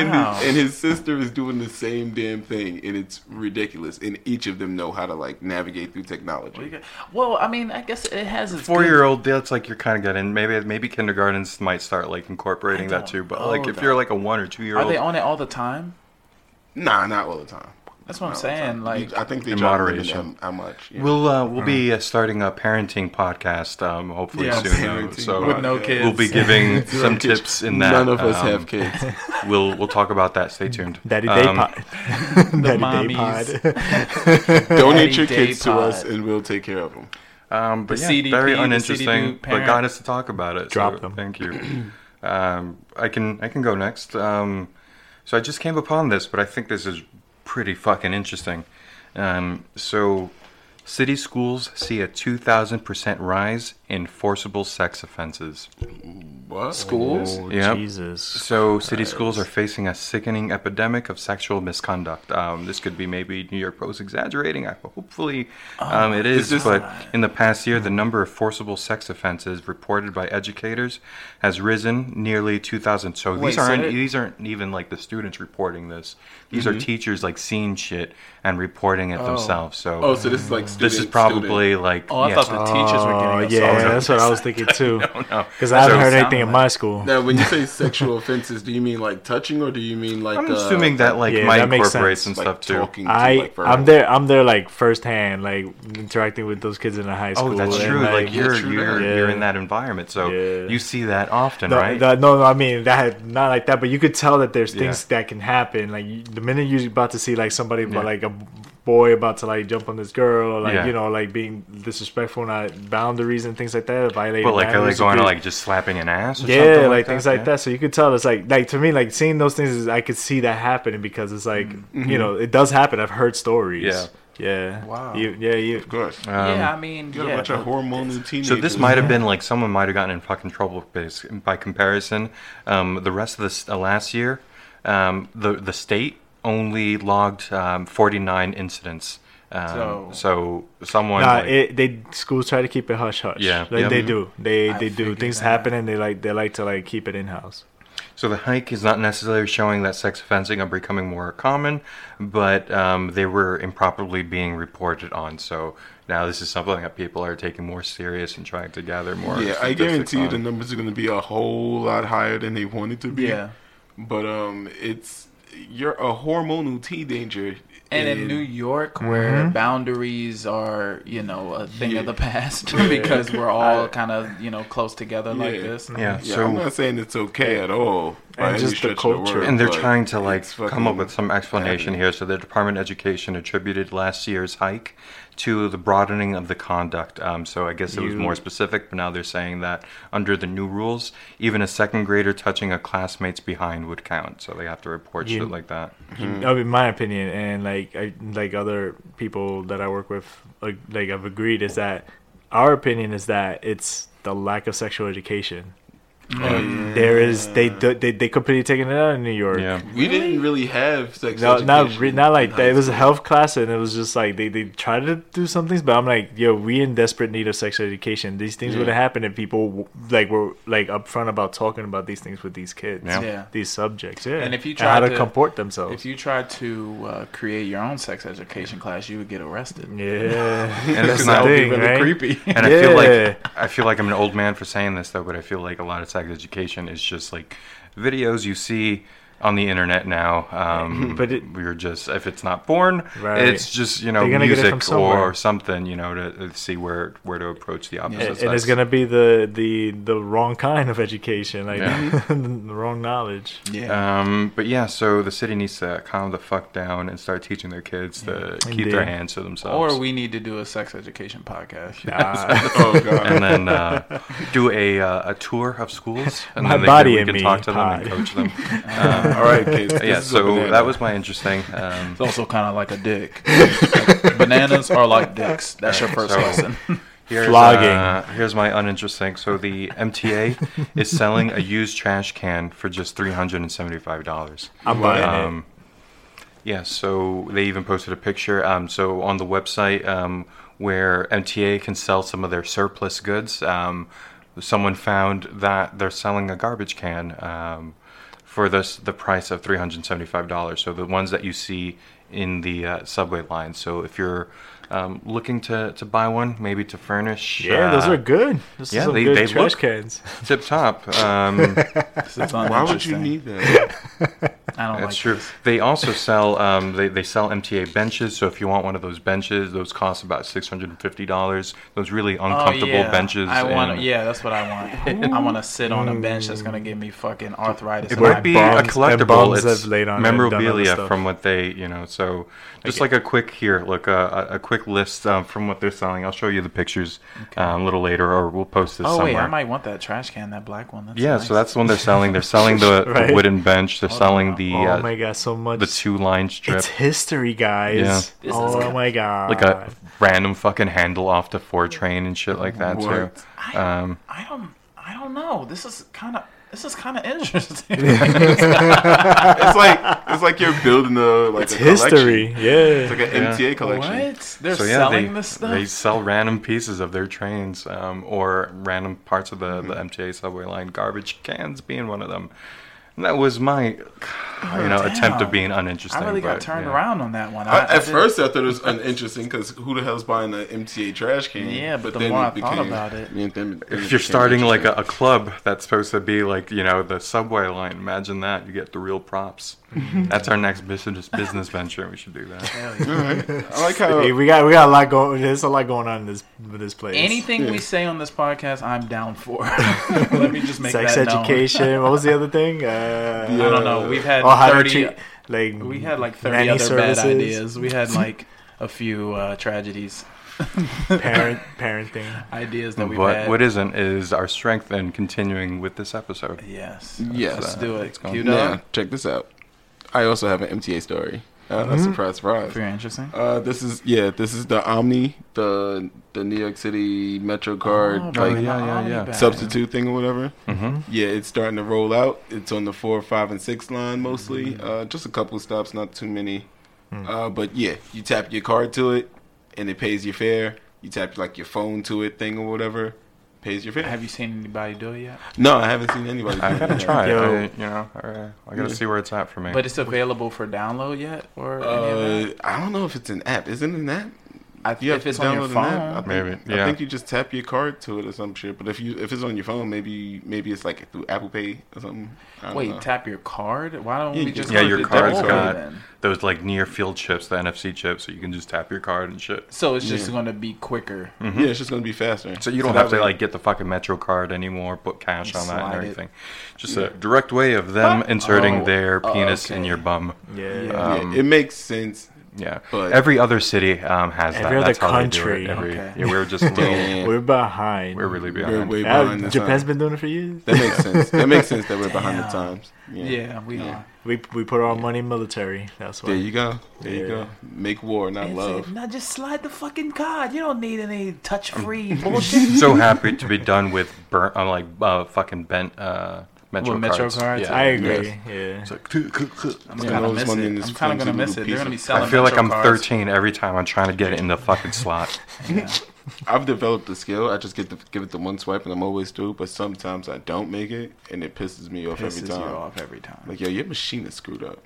Speaker 10: Wow.
Speaker 9: his, and his sister is doing the same damn thing, and it's ridiculous. And each of them know how to like navigate through technology.
Speaker 10: Well, I mean, I guess it has its
Speaker 8: Four year old, that's like you're kind of getting. Maybe maybe kindergartens might start like incorporating that too. But like
Speaker 10: know,
Speaker 8: if
Speaker 10: though.
Speaker 8: you're like a one or two year
Speaker 10: Are
Speaker 8: old,
Speaker 10: they on it all the time?
Speaker 9: Nah, not all the time.
Speaker 10: That's what I'm
Speaker 9: Not all the
Speaker 10: saying.
Speaker 9: time.
Speaker 10: Like,
Speaker 9: You- I think they
Speaker 8: In
Speaker 9: try to limit
Speaker 8: moderation.
Speaker 9: How, how much? yeah.
Speaker 8: We'll uh, we'll be uh, starting a parenting podcast um, hopefully
Speaker 9: Hmm. Yeah,
Speaker 8: soon. Though.
Speaker 9: parenting
Speaker 8: So uh,
Speaker 9: With no
Speaker 8: we'll
Speaker 9: kids.
Speaker 8: be giving
Speaker 9: Zero
Speaker 8: some
Speaker 9: kids.
Speaker 8: tips in that. um,
Speaker 9: None of us have kids.
Speaker 8: We'll we'll talk about that. Stay tuned. Um,
Speaker 11: Daddy Day Pod.
Speaker 10: the
Speaker 11: Daddy Day
Speaker 10: mommies.
Speaker 11: Pod.
Speaker 9: Donate
Speaker 10: Daddy
Speaker 9: your
Speaker 10: Day
Speaker 9: kids to us,
Speaker 10: Pod.
Speaker 9: and we'll take care of them.
Speaker 8: Um, but
Speaker 10: The
Speaker 8: yeah,
Speaker 10: CDP,
Speaker 8: very
Speaker 10: the
Speaker 8: uninteresting,
Speaker 10: CDP
Speaker 8: but
Speaker 10: parent.
Speaker 8: got us to talk about it.
Speaker 11: Drop
Speaker 8: so Thank you. um, I can I can go next. Um, so I just came upon this, but I think this is pretty fucking interesting. Um, so city schools see a two thousand percent rise in forcible sex offenses.
Speaker 9: What?
Speaker 10: Schools?
Speaker 11: Oh,
Speaker 8: Yep.
Speaker 11: Jesus
Speaker 8: So city schools are facing a sickening epidemic of sexual misconduct. Um, this could be maybe New York Post exaggerating. I, hopefully, um, it
Speaker 9: is Hmm.
Speaker 8: is.
Speaker 9: Oh, this-
Speaker 8: but in the past year, the number of forcible sex offenses reported by educators has risen nearly 2,000. So
Speaker 9: Wait,
Speaker 8: these
Speaker 9: so
Speaker 8: aren't
Speaker 9: it-
Speaker 8: these aren't even like the students reporting this. These are
Speaker 9: Mhm.
Speaker 8: teachers like seeing shit and reporting it
Speaker 9: Oh.
Speaker 8: themselves. So
Speaker 9: Oh, so this is, like,
Speaker 8: this is
Speaker 9: student-
Speaker 8: probably
Speaker 9: student.
Speaker 8: like
Speaker 9: Oh, I thought the teachers were
Speaker 11: Oh,
Speaker 9: getting
Speaker 11: yeah,
Speaker 9: assaulted.
Speaker 11: that's what I was thinking too.
Speaker 9: don't know.
Speaker 11: Because I haven't
Speaker 9: So-
Speaker 11: heard anything in my school.
Speaker 9: Now, when you say sexual offenses, do you mean like touching, or do you mean like?
Speaker 8: I'm
Speaker 9: uh,
Speaker 8: assuming that like
Speaker 11: Yeah,
Speaker 8: might
Speaker 11: that makes
Speaker 8: incorporate
Speaker 11: sense.
Speaker 8: some
Speaker 9: Like
Speaker 8: stuff too.
Speaker 9: talking
Speaker 11: I I'm there I'm there like firsthand like interacting with those kids in the high school.
Speaker 8: Oh, that's
Speaker 11: and,
Speaker 8: true. Like, you're you're,
Speaker 11: yeah.
Speaker 8: you're in that environment, so you see that often,
Speaker 11: No,
Speaker 8: right?
Speaker 11: no, no, no, I mean that not like that, but you could tell that there's
Speaker 8: Yeah.
Speaker 11: things that can happen. Like you, the minute you're about to see like somebody,
Speaker 8: Yeah.
Speaker 11: but like a boy about to like jump on this girl, or, like
Speaker 8: Yeah.
Speaker 11: you know, like being disrespectful, not boundaries and things like that, violating.
Speaker 8: but like, are they
Speaker 11: manners,
Speaker 8: going to
Speaker 11: you-
Speaker 8: like just slapping an ass? Or
Speaker 11: yeah,
Speaker 8: something
Speaker 11: like,
Speaker 8: like
Speaker 11: things
Speaker 8: that?
Speaker 11: like
Speaker 8: Yeah.
Speaker 11: that. So you could tell it's like, like to me, like seeing those things, is, I could see that happening because it's like, you know, it does happen. I've heard stories.
Speaker 8: Mm-hmm. Yeah.
Speaker 11: yeah, wow, you, yeah, you, of
Speaker 9: course,
Speaker 11: Um,
Speaker 8: Yeah,
Speaker 10: I mean,
Speaker 9: you got
Speaker 10: yeah,
Speaker 9: a bunch of
Speaker 10: but
Speaker 9: hormonal teenagers.
Speaker 8: So this might have been like someone might have gotten in fucking trouble bas- by comparison. Um, the rest of this uh, last year, um, the the state only logged um, 49 incidents. Um, so, someone
Speaker 11: Nah,
Speaker 8: like-
Speaker 11: it, they schools try to keep it hush hush.
Speaker 8: Yeah,
Speaker 11: like
Speaker 8: yeah.
Speaker 11: they
Speaker 8: Mhm.
Speaker 11: do. They they do things happen and they like they like to like keep it in house.
Speaker 8: So the hike is not necessarily showing that sex offending are becoming more common, but um, they were improperly being reported on. So now this is something that people are taking more serious and trying to gather more.
Speaker 9: Yeah, I
Speaker 8: statistics
Speaker 9: guarantee you
Speaker 8: on.
Speaker 9: the numbers are going to be a whole lot higher than they wanted to be.
Speaker 10: Yeah.
Speaker 9: but um, it's you're a hormonal teen danger,
Speaker 10: And in New
Speaker 11: Mm-hmm.
Speaker 10: York, where
Speaker 9: Mhm.
Speaker 10: boundaries are, you know, a thing
Speaker 9: Yeah.
Speaker 10: of the past
Speaker 9: Yeah.
Speaker 10: because we're all
Speaker 9: I-
Speaker 10: kind of, you know, close together like this.
Speaker 9: I'm not saying it's okay at all. by any stretch of word,
Speaker 8: and they're
Speaker 9: but
Speaker 8: trying to like
Speaker 9: it's
Speaker 8: come up
Speaker 9: fucking-
Speaker 8: with some explanation here. So the Department of Education attributed last year's hike to the broadening of the conduct. Um, so I guess it was
Speaker 11: You-
Speaker 8: more specific, but now they're saying that under the new rules, even a second grader touching a classmate's behind would count. So they have to report
Speaker 11: You-
Speaker 8: shit like that.
Speaker 9: Mm-hmm.
Speaker 11: I mean, my opinion, and like I, like other people that I work with, like, like I've agreed is that our opinion is that it's the lack of sexual education.
Speaker 10: Mm.
Speaker 9: Oh,
Speaker 11: And
Speaker 9: yeah.
Speaker 11: There is they do- they they completely taken it out in New York.
Speaker 9: We didn't really have sex
Speaker 11: No, not
Speaker 9: education
Speaker 11: re- not
Speaker 9: in
Speaker 11: like that.
Speaker 9: high
Speaker 11: It was a
Speaker 9: school.
Speaker 11: health class, and it was just like they, they tried to do some things, but I'm like, yo, we in desperate need of sexual education. These things
Speaker 9: Yeah.
Speaker 11: would have happened if people w- like were like upfront about talking about these things with these kids,
Speaker 10: Yeah. Yeah.
Speaker 11: these subjects, yeah,
Speaker 10: And if you
Speaker 11: how
Speaker 10: try
Speaker 11: to, comport themselves.
Speaker 10: if you try to uh, create your own sex education class, you would get arrested.
Speaker 11: Yeah.
Speaker 8: And
Speaker 10: that's
Speaker 8: it's
Speaker 10: not
Speaker 8: not
Speaker 10: be really creepy.
Speaker 8: And I feel
Speaker 11: Yeah.
Speaker 8: like I feel like I'm an old man for saying this though, but I feel like a lot of sex education is just like videos you see on the internet now. Um,
Speaker 11: But
Speaker 8: but
Speaker 11: it-
Speaker 8: we're just if it's not porn,
Speaker 11: Right.
Speaker 8: it's just you know
Speaker 11: They're gonna get it from
Speaker 8: music
Speaker 11: somewhere.
Speaker 8: or something you know to, to see where where to approach the opposite.
Speaker 11: and,
Speaker 8: sex.
Speaker 11: and it's gonna be the the the wrong kind of education, like
Speaker 10: Mm-hmm.
Speaker 8: Yeah.
Speaker 11: the wrong knowledge.
Speaker 8: Um, but yeah, so the city needs to calm the fuck down and start teaching their kids to keep their
Speaker 11: Indeed.
Speaker 8: hands to themselves.
Speaker 10: Or we need to do a sex education podcast.
Speaker 11: Nah.
Speaker 9: Oh,
Speaker 8: and then uh, do a uh, a tour of schools, and
Speaker 11: My
Speaker 8: then
Speaker 11: body
Speaker 8: they
Speaker 11: and
Speaker 8: can, we
Speaker 11: me
Speaker 8: can talk to
Speaker 11: pod.
Speaker 8: them and coach them.
Speaker 10: Um, All right, kids, this
Speaker 8: Yeah,
Speaker 10: is a
Speaker 8: so
Speaker 10: banana.
Speaker 8: that was my interesting. Um,
Speaker 10: It's also kind of like a dick. Bananas are like dicks. That's your first
Speaker 8: so
Speaker 10: lesson.
Speaker 8: Here's,
Speaker 11: Flogging.
Speaker 8: uh, here's my uninteresting. So the MTA is selling a used trash can for just three hundred and seventy-five dollars.
Speaker 11: I'm buying it.
Speaker 8: Yeah, so they even posted a picture. Um, so on the website um, where MTA can sell some of their surplus goods, um, someone found that they're selling a garbage can um, for this the price of three hundred seventy-five dollars. So the ones that you see in the uh, subway line. So if you're um, looking to, to buy one, maybe to furnish.
Speaker 11: Yeah, those
Speaker 8: uh,
Speaker 11: are good. Those are
Speaker 8: yeah,
Speaker 11: some
Speaker 8: they,
Speaker 11: good
Speaker 8: they
Speaker 11: trash
Speaker 8: look
Speaker 11: cans.
Speaker 8: Tip top. Um,
Speaker 9: Why would you need that?
Speaker 10: I don't
Speaker 8: That's true. They also sell um, they, they sell MTA benches. So if you want one of those benches, those cost about six hundred and fifty dollars. Those really uncomfortable
Speaker 10: Oh, yeah.
Speaker 8: benches.
Speaker 10: I want.
Speaker 8: and-
Speaker 10: Yeah, that's what I want. I want to sit on a bench that's gonna give me fucking arthritis.
Speaker 8: It
Speaker 10: in my
Speaker 8: would be
Speaker 10: bones.
Speaker 8: a collectible.
Speaker 11: bums
Speaker 8: It's
Speaker 11: have laid on it and done other
Speaker 8: memorabilia
Speaker 11: stuff.
Speaker 8: from what they, you know. So just like a quick here, look uh, a, a quick list um, from what they're selling. I'll show you the pictures um, a little later, or we'll post this
Speaker 10: Oh
Speaker 8: somewhere.
Speaker 10: wait, I might want that trash can, that black one. That's
Speaker 8: yeah, so that's the one they're selling. They're selling the, the
Speaker 11: Right.
Speaker 8: wooden bench. They're
Speaker 11: Hold
Speaker 8: selling the
Speaker 11: Oh
Speaker 8: uh,
Speaker 11: my god, so much.
Speaker 8: the two line strip.
Speaker 11: It's history, guys.
Speaker 8: Yeah.
Speaker 11: Oh my god.
Speaker 8: like
Speaker 10: Uh,
Speaker 8: a random fucking handle off the four train and shit like that
Speaker 11: What?
Speaker 8: too. Um,
Speaker 10: I don't. I don't know. This is kind of this is kind of interesting.
Speaker 9: it's like it's like you're building a like
Speaker 10: It's
Speaker 9: a collection.
Speaker 10: history, yeah.
Speaker 9: It's like an
Speaker 10: Yeah.
Speaker 9: MTA collection.
Speaker 10: What? They're selling
Speaker 8: they,
Speaker 10: this stuff?
Speaker 8: They sell random pieces of their trains um, or random parts of the, the
Speaker 10: Mm-hmm.
Speaker 8: MTA subway line, garbage cans being one of them. And that was my, you know, attempt of being uninteresting.
Speaker 10: Oh, I really got
Speaker 8: but,
Speaker 10: turned
Speaker 8: yeah.
Speaker 10: around on that one.
Speaker 9: I, at
Speaker 10: did-
Speaker 9: first, I thought it was uninteresting because who the hell's buying an MTA trash can?
Speaker 10: Yeah, but the
Speaker 9: then
Speaker 10: more
Speaker 9: it
Speaker 10: I thought
Speaker 9: became-
Speaker 10: about it-
Speaker 9: then- then it
Speaker 8: If
Speaker 9: became
Speaker 8: you're starting like a, a club that's supposed to be like you know the subway line, imagine that you get the real props. that's our next business business venture. We should do that.
Speaker 9: I like how-
Speaker 11: Hey, we got we got a lot going. There's a lot going on in this with this place.
Speaker 10: Anything we say on this podcast, I'm down for. Let me just make
Speaker 11: sex
Speaker 10: that known.
Speaker 11: education. what was the other thing? Uh,
Speaker 10: I don't know. We've had
Speaker 11: or how to
Speaker 10: thirty.
Speaker 11: treat, like
Speaker 10: we had like thirty
Speaker 11: nanny
Speaker 10: other
Speaker 11: services.
Speaker 10: bad ideas. We had like a few uh, tragedies.
Speaker 11: Parent- parenting
Speaker 10: ideas that we've
Speaker 8: What
Speaker 10: had.
Speaker 8: what isn't is our strength in continuing with this episode.
Speaker 10: Yes.
Speaker 9: Yes.
Speaker 8: That's, uh, what's going on.
Speaker 9: Yeah, check this out. I also have an MTA story. Uh,
Speaker 10: Mhm.
Speaker 9: Surprise, surprise.
Speaker 10: Very interesting.
Speaker 9: Uh, this is yeah. This is the Omni, the the New York City Metro card,
Speaker 8: Oh,
Speaker 9: like
Speaker 8: yeah, yeah, yeah. Omni
Speaker 9: substitute thing or whatever.
Speaker 8: Mhm.
Speaker 9: Yeah, it's starting to roll out. It's on the four, five, and six line mostly.
Speaker 8: Mm-hmm.
Speaker 9: Uh, just a couple stops, not too many.
Speaker 8: Mm.
Speaker 9: Uh, but yeah, you tap your card to it, and it pays your fare. You tap like your phone to it thing or whatever, pays your fare.
Speaker 10: Have you seen anybody do it yet?
Speaker 9: No, I haven't seen anybody.
Speaker 8: I
Speaker 9: do
Speaker 8: gotta
Speaker 9: that.
Speaker 8: try it. I, you know, I, I gotta
Speaker 9: Yeah.
Speaker 8: see where it's at for me.
Speaker 10: But it's available for download yet, or any
Speaker 9: Uh,
Speaker 10: of that?
Speaker 9: I don't know if it's an app. Isn't it an app?
Speaker 10: I,
Speaker 9: You have
Speaker 10: if it's
Speaker 9: to
Speaker 10: on your
Speaker 9: download an
Speaker 10: phone,
Speaker 9: app. I think,
Speaker 8: Maybe,
Speaker 9: I
Speaker 8: yeah.
Speaker 9: think you just tap your card to it or some shit. But if you if it's on your phone, maybe maybe it's like through Apple Pay or something. I don't
Speaker 10: Wait,
Speaker 9: know.
Speaker 10: tap your card? Why don't
Speaker 9: Yeah,
Speaker 10: we
Speaker 9: you
Speaker 10: just
Speaker 8: yeah,
Speaker 10: go to
Speaker 8: your
Speaker 10: the
Speaker 8: card's
Speaker 10: debit
Speaker 8: got
Speaker 10: then?
Speaker 8: those like near field chips, the NFC chips, so you can just tap your card and shit.
Speaker 10: So it's just
Speaker 9: Yeah. Hmm.
Speaker 10: going to be quicker.
Speaker 8: Mhm.
Speaker 9: Mm-hmm. Yeah, it's just gonna be faster.
Speaker 8: So you don't
Speaker 9: that
Speaker 8: have to
Speaker 9: way-
Speaker 8: like get the fucking Metro card anymore, put cash on that
Speaker 10: Slide
Speaker 8: and
Speaker 10: it.
Speaker 8: everything. Just a direct way of them inserting
Speaker 9: Oh,
Speaker 8: their
Speaker 9: oh,
Speaker 8: penis in
Speaker 9: okay.
Speaker 8: your bum.
Speaker 9: Yeah. Yeah, it makes sense.
Speaker 8: Yeah,
Speaker 9: but
Speaker 8: every other city um, has that.
Speaker 11: Every other
Speaker 8: That's how they do it.
Speaker 11: country.
Speaker 8: Every,
Speaker 11: Okay.
Speaker 8: yeah, we're just a little,
Speaker 9: Damn.
Speaker 11: We're behind.
Speaker 8: We're really behind.
Speaker 9: way
Speaker 11: Yeah,
Speaker 9: behind the
Speaker 11: Japan's
Speaker 9: times.
Speaker 11: been doing it for years.
Speaker 9: That makes sense. That makes sense that we're behind the
Speaker 11: Damn.
Speaker 9: times. Yeah.
Speaker 10: Yeah, we are.
Speaker 11: We we put our money in military. That's why.
Speaker 9: There you go. There you
Speaker 11: Yeah.
Speaker 9: go. Make war, not love.
Speaker 10: Now just slide the fucking card. You don't need any touch-free bullshit.
Speaker 8: so happy to be done with burnt, uh, like uh, fucking bent uh, Metro
Speaker 10: With Metro
Speaker 8: cards.
Speaker 10: cards?
Speaker 8: Yeah.
Speaker 11: I agree.
Speaker 10: Yes.
Speaker 11: Yeah.
Speaker 8: It's like,
Speaker 10: I'm kind of miss it. I'm kind of gonna miss it. They're gonna be selling.
Speaker 8: I feel like
Speaker 10: Metro
Speaker 8: I'm
Speaker 10: cards.
Speaker 8: 13 every time I'm trying to get it in the fucking slot.
Speaker 9: I've developed the skill. I just get to give it the one swipe, and I'm always through. But sometimes I don't make it, and it pisses me off every
Speaker 10: Pisses you
Speaker 9: time.
Speaker 10: off every time.
Speaker 9: Like yo, your machine is screwed up.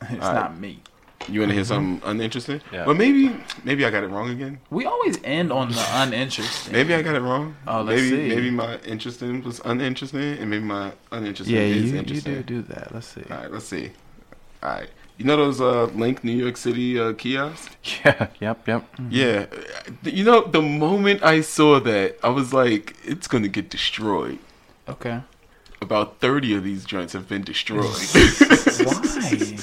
Speaker 10: It's
Speaker 9: All right.
Speaker 10: not me.
Speaker 9: You want to hear something uninteresting?
Speaker 10: Mm-hmm. Yeah.
Speaker 9: But maybe, maybe I got it wrong again.
Speaker 10: We always end on the uninteresting.
Speaker 9: Maybe I got it wrong.
Speaker 10: Oh, let's
Speaker 9: maybe,
Speaker 10: see.
Speaker 9: Maybe my interesting was uninteresting, and maybe my uninteresting
Speaker 10: Yeah,
Speaker 9: is
Speaker 10: you- you
Speaker 9: interesting.
Speaker 10: do do that. Let's see.
Speaker 9: All right, let's see. All right. You know those uh, Link New York City uh, kiosks?
Speaker 8: Yeah. Yep. Yep.
Speaker 9: Yeah. You know, the moment I saw that, I was like, it's going to get destroyed.
Speaker 10: Okay.
Speaker 9: About 30 of these joints have been destroyed.
Speaker 10: Why?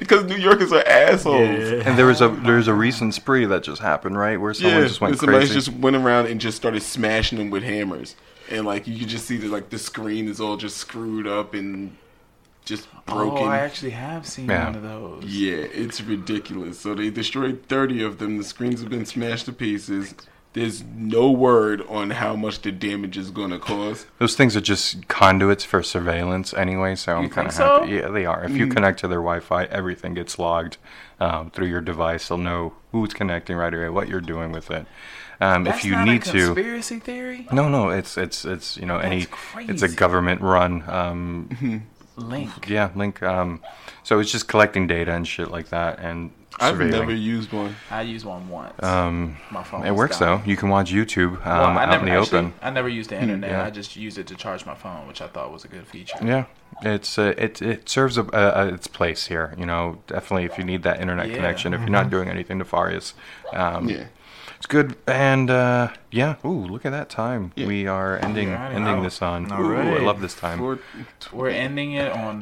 Speaker 9: because New Yorkers are assholes.
Speaker 8: And there was a there was a recent spree that just happened, right, where someone just went
Speaker 9: and somebody
Speaker 8: crazy.
Speaker 9: just went around and just started smashing them with hammers, and like you could just see that like the screen is all just screwed up and just broken.
Speaker 10: Oh, I actually have seen
Speaker 9: Yeah.
Speaker 10: one of those.
Speaker 9: yeah, it's ridiculous. So they destroyed thirty of them. The screens have been smashed to pieces. There's no word on how much the damage is going to cause.
Speaker 8: Those things are just conduits for surveillance anyway, so I'm
Speaker 9: You
Speaker 8: kind of
Speaker 9: think so?
Speaker 8: happy. Yeah, they are. If you
Speaker 9: Mm.
Speaker 8: connect to their Wi-Fi, everything gets logged um, through your device. They'll know who's connecting right away, what you're doing with it. Um,
Speaker 10: That's
Speaker 8: if you
Speaker 10: not
Speaker 8: need
Speaker 10: a
Speaker 8: to,
Speaker 10: conspiracy theory.
Speaker 8: no, no, it's it's it's you know any it's a
Speaker 10: crazy.
Speaker 8: government run um,
Speaker 10: Link.
Speaker 8: Yeah, link. Um, so it's just collecting data and shit like that, and
Speaker 9: I've
Speaker 8: surveilling.
Speaker 9: never used one.
Speaker 10: I used one once.
Speaker 8: Um,
Speaker 10: My phone
Speaker 8: it
Speaker 10: was
Speaker 8: works
Speaker 10: down.
Speaker 8: though. You can watch YouTube um,
Speaker 10: Well, I
Speaker 8: out
Speaker 10: never,
Speaker 8: in the
Speaker 10: actually,
Speaker 8: open.
Speaker 10: I never used the
Speaker 8: Mm,
Speaker 10: internet.
Speaker 8: yeah.
Speaker 10: I just used it to charge my phone, which I thought was a good feature.
Speaker 8: Yeah, it's uh, it it serves a, a, a- its place here. You know, definitely if you need that internet
Speaker 10: Yeah.
Speaker 8: connection, if you're not doing anything nefarious, um,
Speaker 9: Mm-hmm. Yeah.
Speaker 8: it's good. And uh, yeah, ooh, look at that time. We are ending
Speaker 10: Alrighty.
Speaker 8: ending this on.
Speaker 10: All
Speaker 8: Ooh, I
Speaker 10: right.
Speaker 8: love this time.
Speaker 10: We're ending it on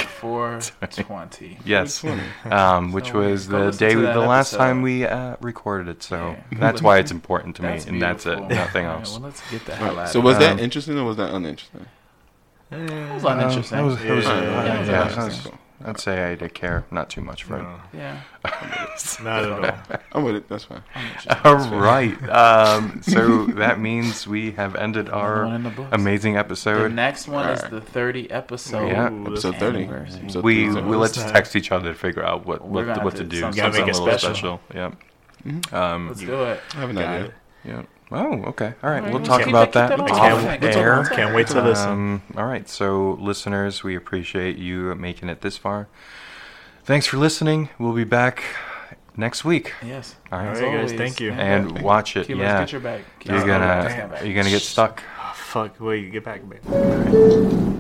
Speaker 10: 420.
Speaker 8: Yes, um, which was
Speaker 10: go
Speaker 8: the
Speaker 10: listen
Speaker 8: day
Speaker 10: to
Speaker 8: we, the
Speaker 10: that
Speaker 8: last
Speaker 10: episode.
Speaker 8: time we uh, recorded it. So
Speaker 10: Yeah.
Speaker 8: that's why it's important to me,
Speaker 10: That's
Speaker 8: and that's it,
Speaker 10: beautiful.
Speaker 8: nothing
Speaker 10: All right,
Speaker 8: else.
Speaker 10: well, let's get the
Speaker 9: All
Speaker 10: hell
Speaker 9: right,
Speaker 10: out
Speaker 9: So
Speaker 10: of
Speaker 9: was
Speaker 10: here.
Speaker 9: that interesting or was that uninteresting?
Speaker 10: That was
Speaker 8: Um,
Speaker 10: uninteresting.
Speaker 8: that was- that was-
Speaker 10: Yeah,
Speaker 8: yeah,
Speaker 10: that was
Speaker 8: yeah, that
Speaker 10: uninteresting.
Speaker 8: was- I'd say I did care, not too much for it.
Speaker 10: Yeah.
Speaker 11: Not at all.
Speaker 9: I'm with it. That's fine.
Speaker 8: All right. Um, so that means we have ended our
Speaker 10: one in the books.
Speaker 8: amazing episode.
Speaker 10: The next one is
Speaker 8: Our-
Speaker 10: the 30 episode.
Speaker 8: Yeah,
Speaker 10: anniversary.
Speaker 8: We we let's text each other to figure out what what,
Speaker 10: We're gonna
Speaker 8: what
Speaker 10: have
Speaker 8: to
Speaker 10: to-
Speaker 8: do.
Speaker 10: something- Gotta make it special.
Speaker 8: Yeah.
Speaker 10: Mhm.
Speaker 8: Um,
Speaker 10: Let's do it. I have an
Speaker 8: got
Speaker 10: idea.
Speaker 8: it. Yeah. Oh, okay. All
Speaker 10: All
Speaker 8: right.
Speaker 10: right,
Speaker 8: We'll
Speaker 10: let's
Speaker 8: talk
Speaker 10: keep
Speaker 8: about
Speaker 10: that- keep
Speaker 8: that
Speaker 10: that on the
Speaker 8: off
Speaker 10: tag. Let's
Speaker 8: air.
Speaker 10: talk about Can't wait to that. listen.
Speaker 8: Um, all right. So, listeners, we appreciate you making it this far. Thanks for listening. We'll be back next week.
Speaker 10: Yes.
Speaker 8: All right,
Speaker 10: As All right, guys, always. thank you.
Speaker 8: And
Speaker 10: Yeah.
Speaker 8: watch it.
Speaker 10: Keep- let's
Speaker 8: yeah.
Speaker 10: get your back. Keep-
Speaker 8: You're
Speaker 10: Oh,
Speaker 8: gonna
Speaker 10: damn.
Speaker 8: you're gonna get stuck.
Speaker 11: Fuck. Wait, get back, man.